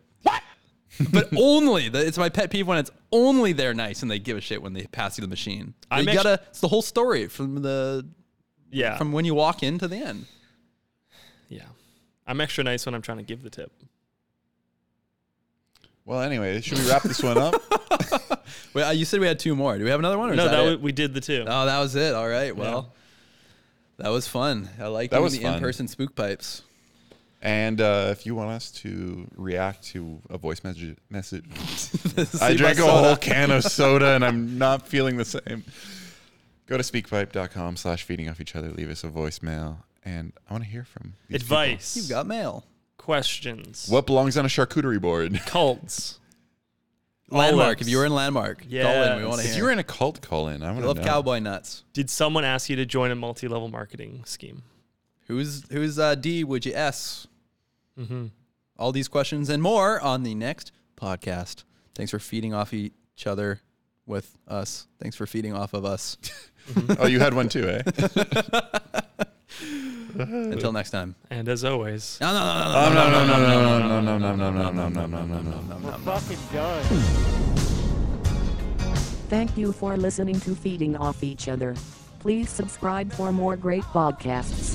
S4: but *laughs* only the, it's my pet peeve when it's only they're nice and they give a shit when they pass you the machine.
S5: I'm
S4: you
S5: actu-
S4: gotta. It's the whole story from the
S5: Yeah.
S4: from when you walk in to the end.
S5: Yeah. I'm extra nice when I'm trying to give the tip.
S3: Well, anyway, should we wrap this
S4: *laughs*
S3: one up?
S4: Wait, uh, you said we had two more. Do we have another one? Or
S5: no,
S4: is
S5: that
S4: that
S5: we,
S4: it?
S5: we did the two.
S4: Oh, that was it. All right. Well, that was fun. I like
S3: That
S4: doing
S3: was
S4: the
S3: fun.
S4: in-person spook pipes. *laughs*
S3: And uh, if you want us to react to a voice message, message
S4: my
S3: I drank a
S4: soda.
S3: whole can of soda and I'm not feeling the same. Go to speakpipe.com slash feeding off each other. Leave us a voicemail. And I want to hear from these people.
S5: Advice.
S4: You've got mail.
S5: Questions.
S3: What belongs on a charcuterie board?
S5: Cults.
S4: Landmark.
S5: Olives.
S4: If you were in Landmark, call in. We want to hear.
S5: Yes.
S3: If you were in a cult, call in. I want
S4: I
S3: to
S4: love
S3: know.
S4: cowboy nuts.
S5: Did someone ask you to join a multi level marketing scheme?
S4: Who's who's uh, D? Would you S?
S5: Mm-hmm.
S4: All these questions and more on the next podcast. Thanks for feeding off each other with us. Thanks for feeding off of us.
S3: Oh, you had one too, eh?
S4: Until next time.
S5: And as always.
S4: No, no, no, no,
S3: Oh,
S4: no,
S3: no,
S4: no,
S3: no, no, no, no, no, no, no, no, no, no, no, no, no, no.
S11: Fucking done.
S1: Thank you for listening to Feeding Off Each Other. Please subscribe for more great podcasts.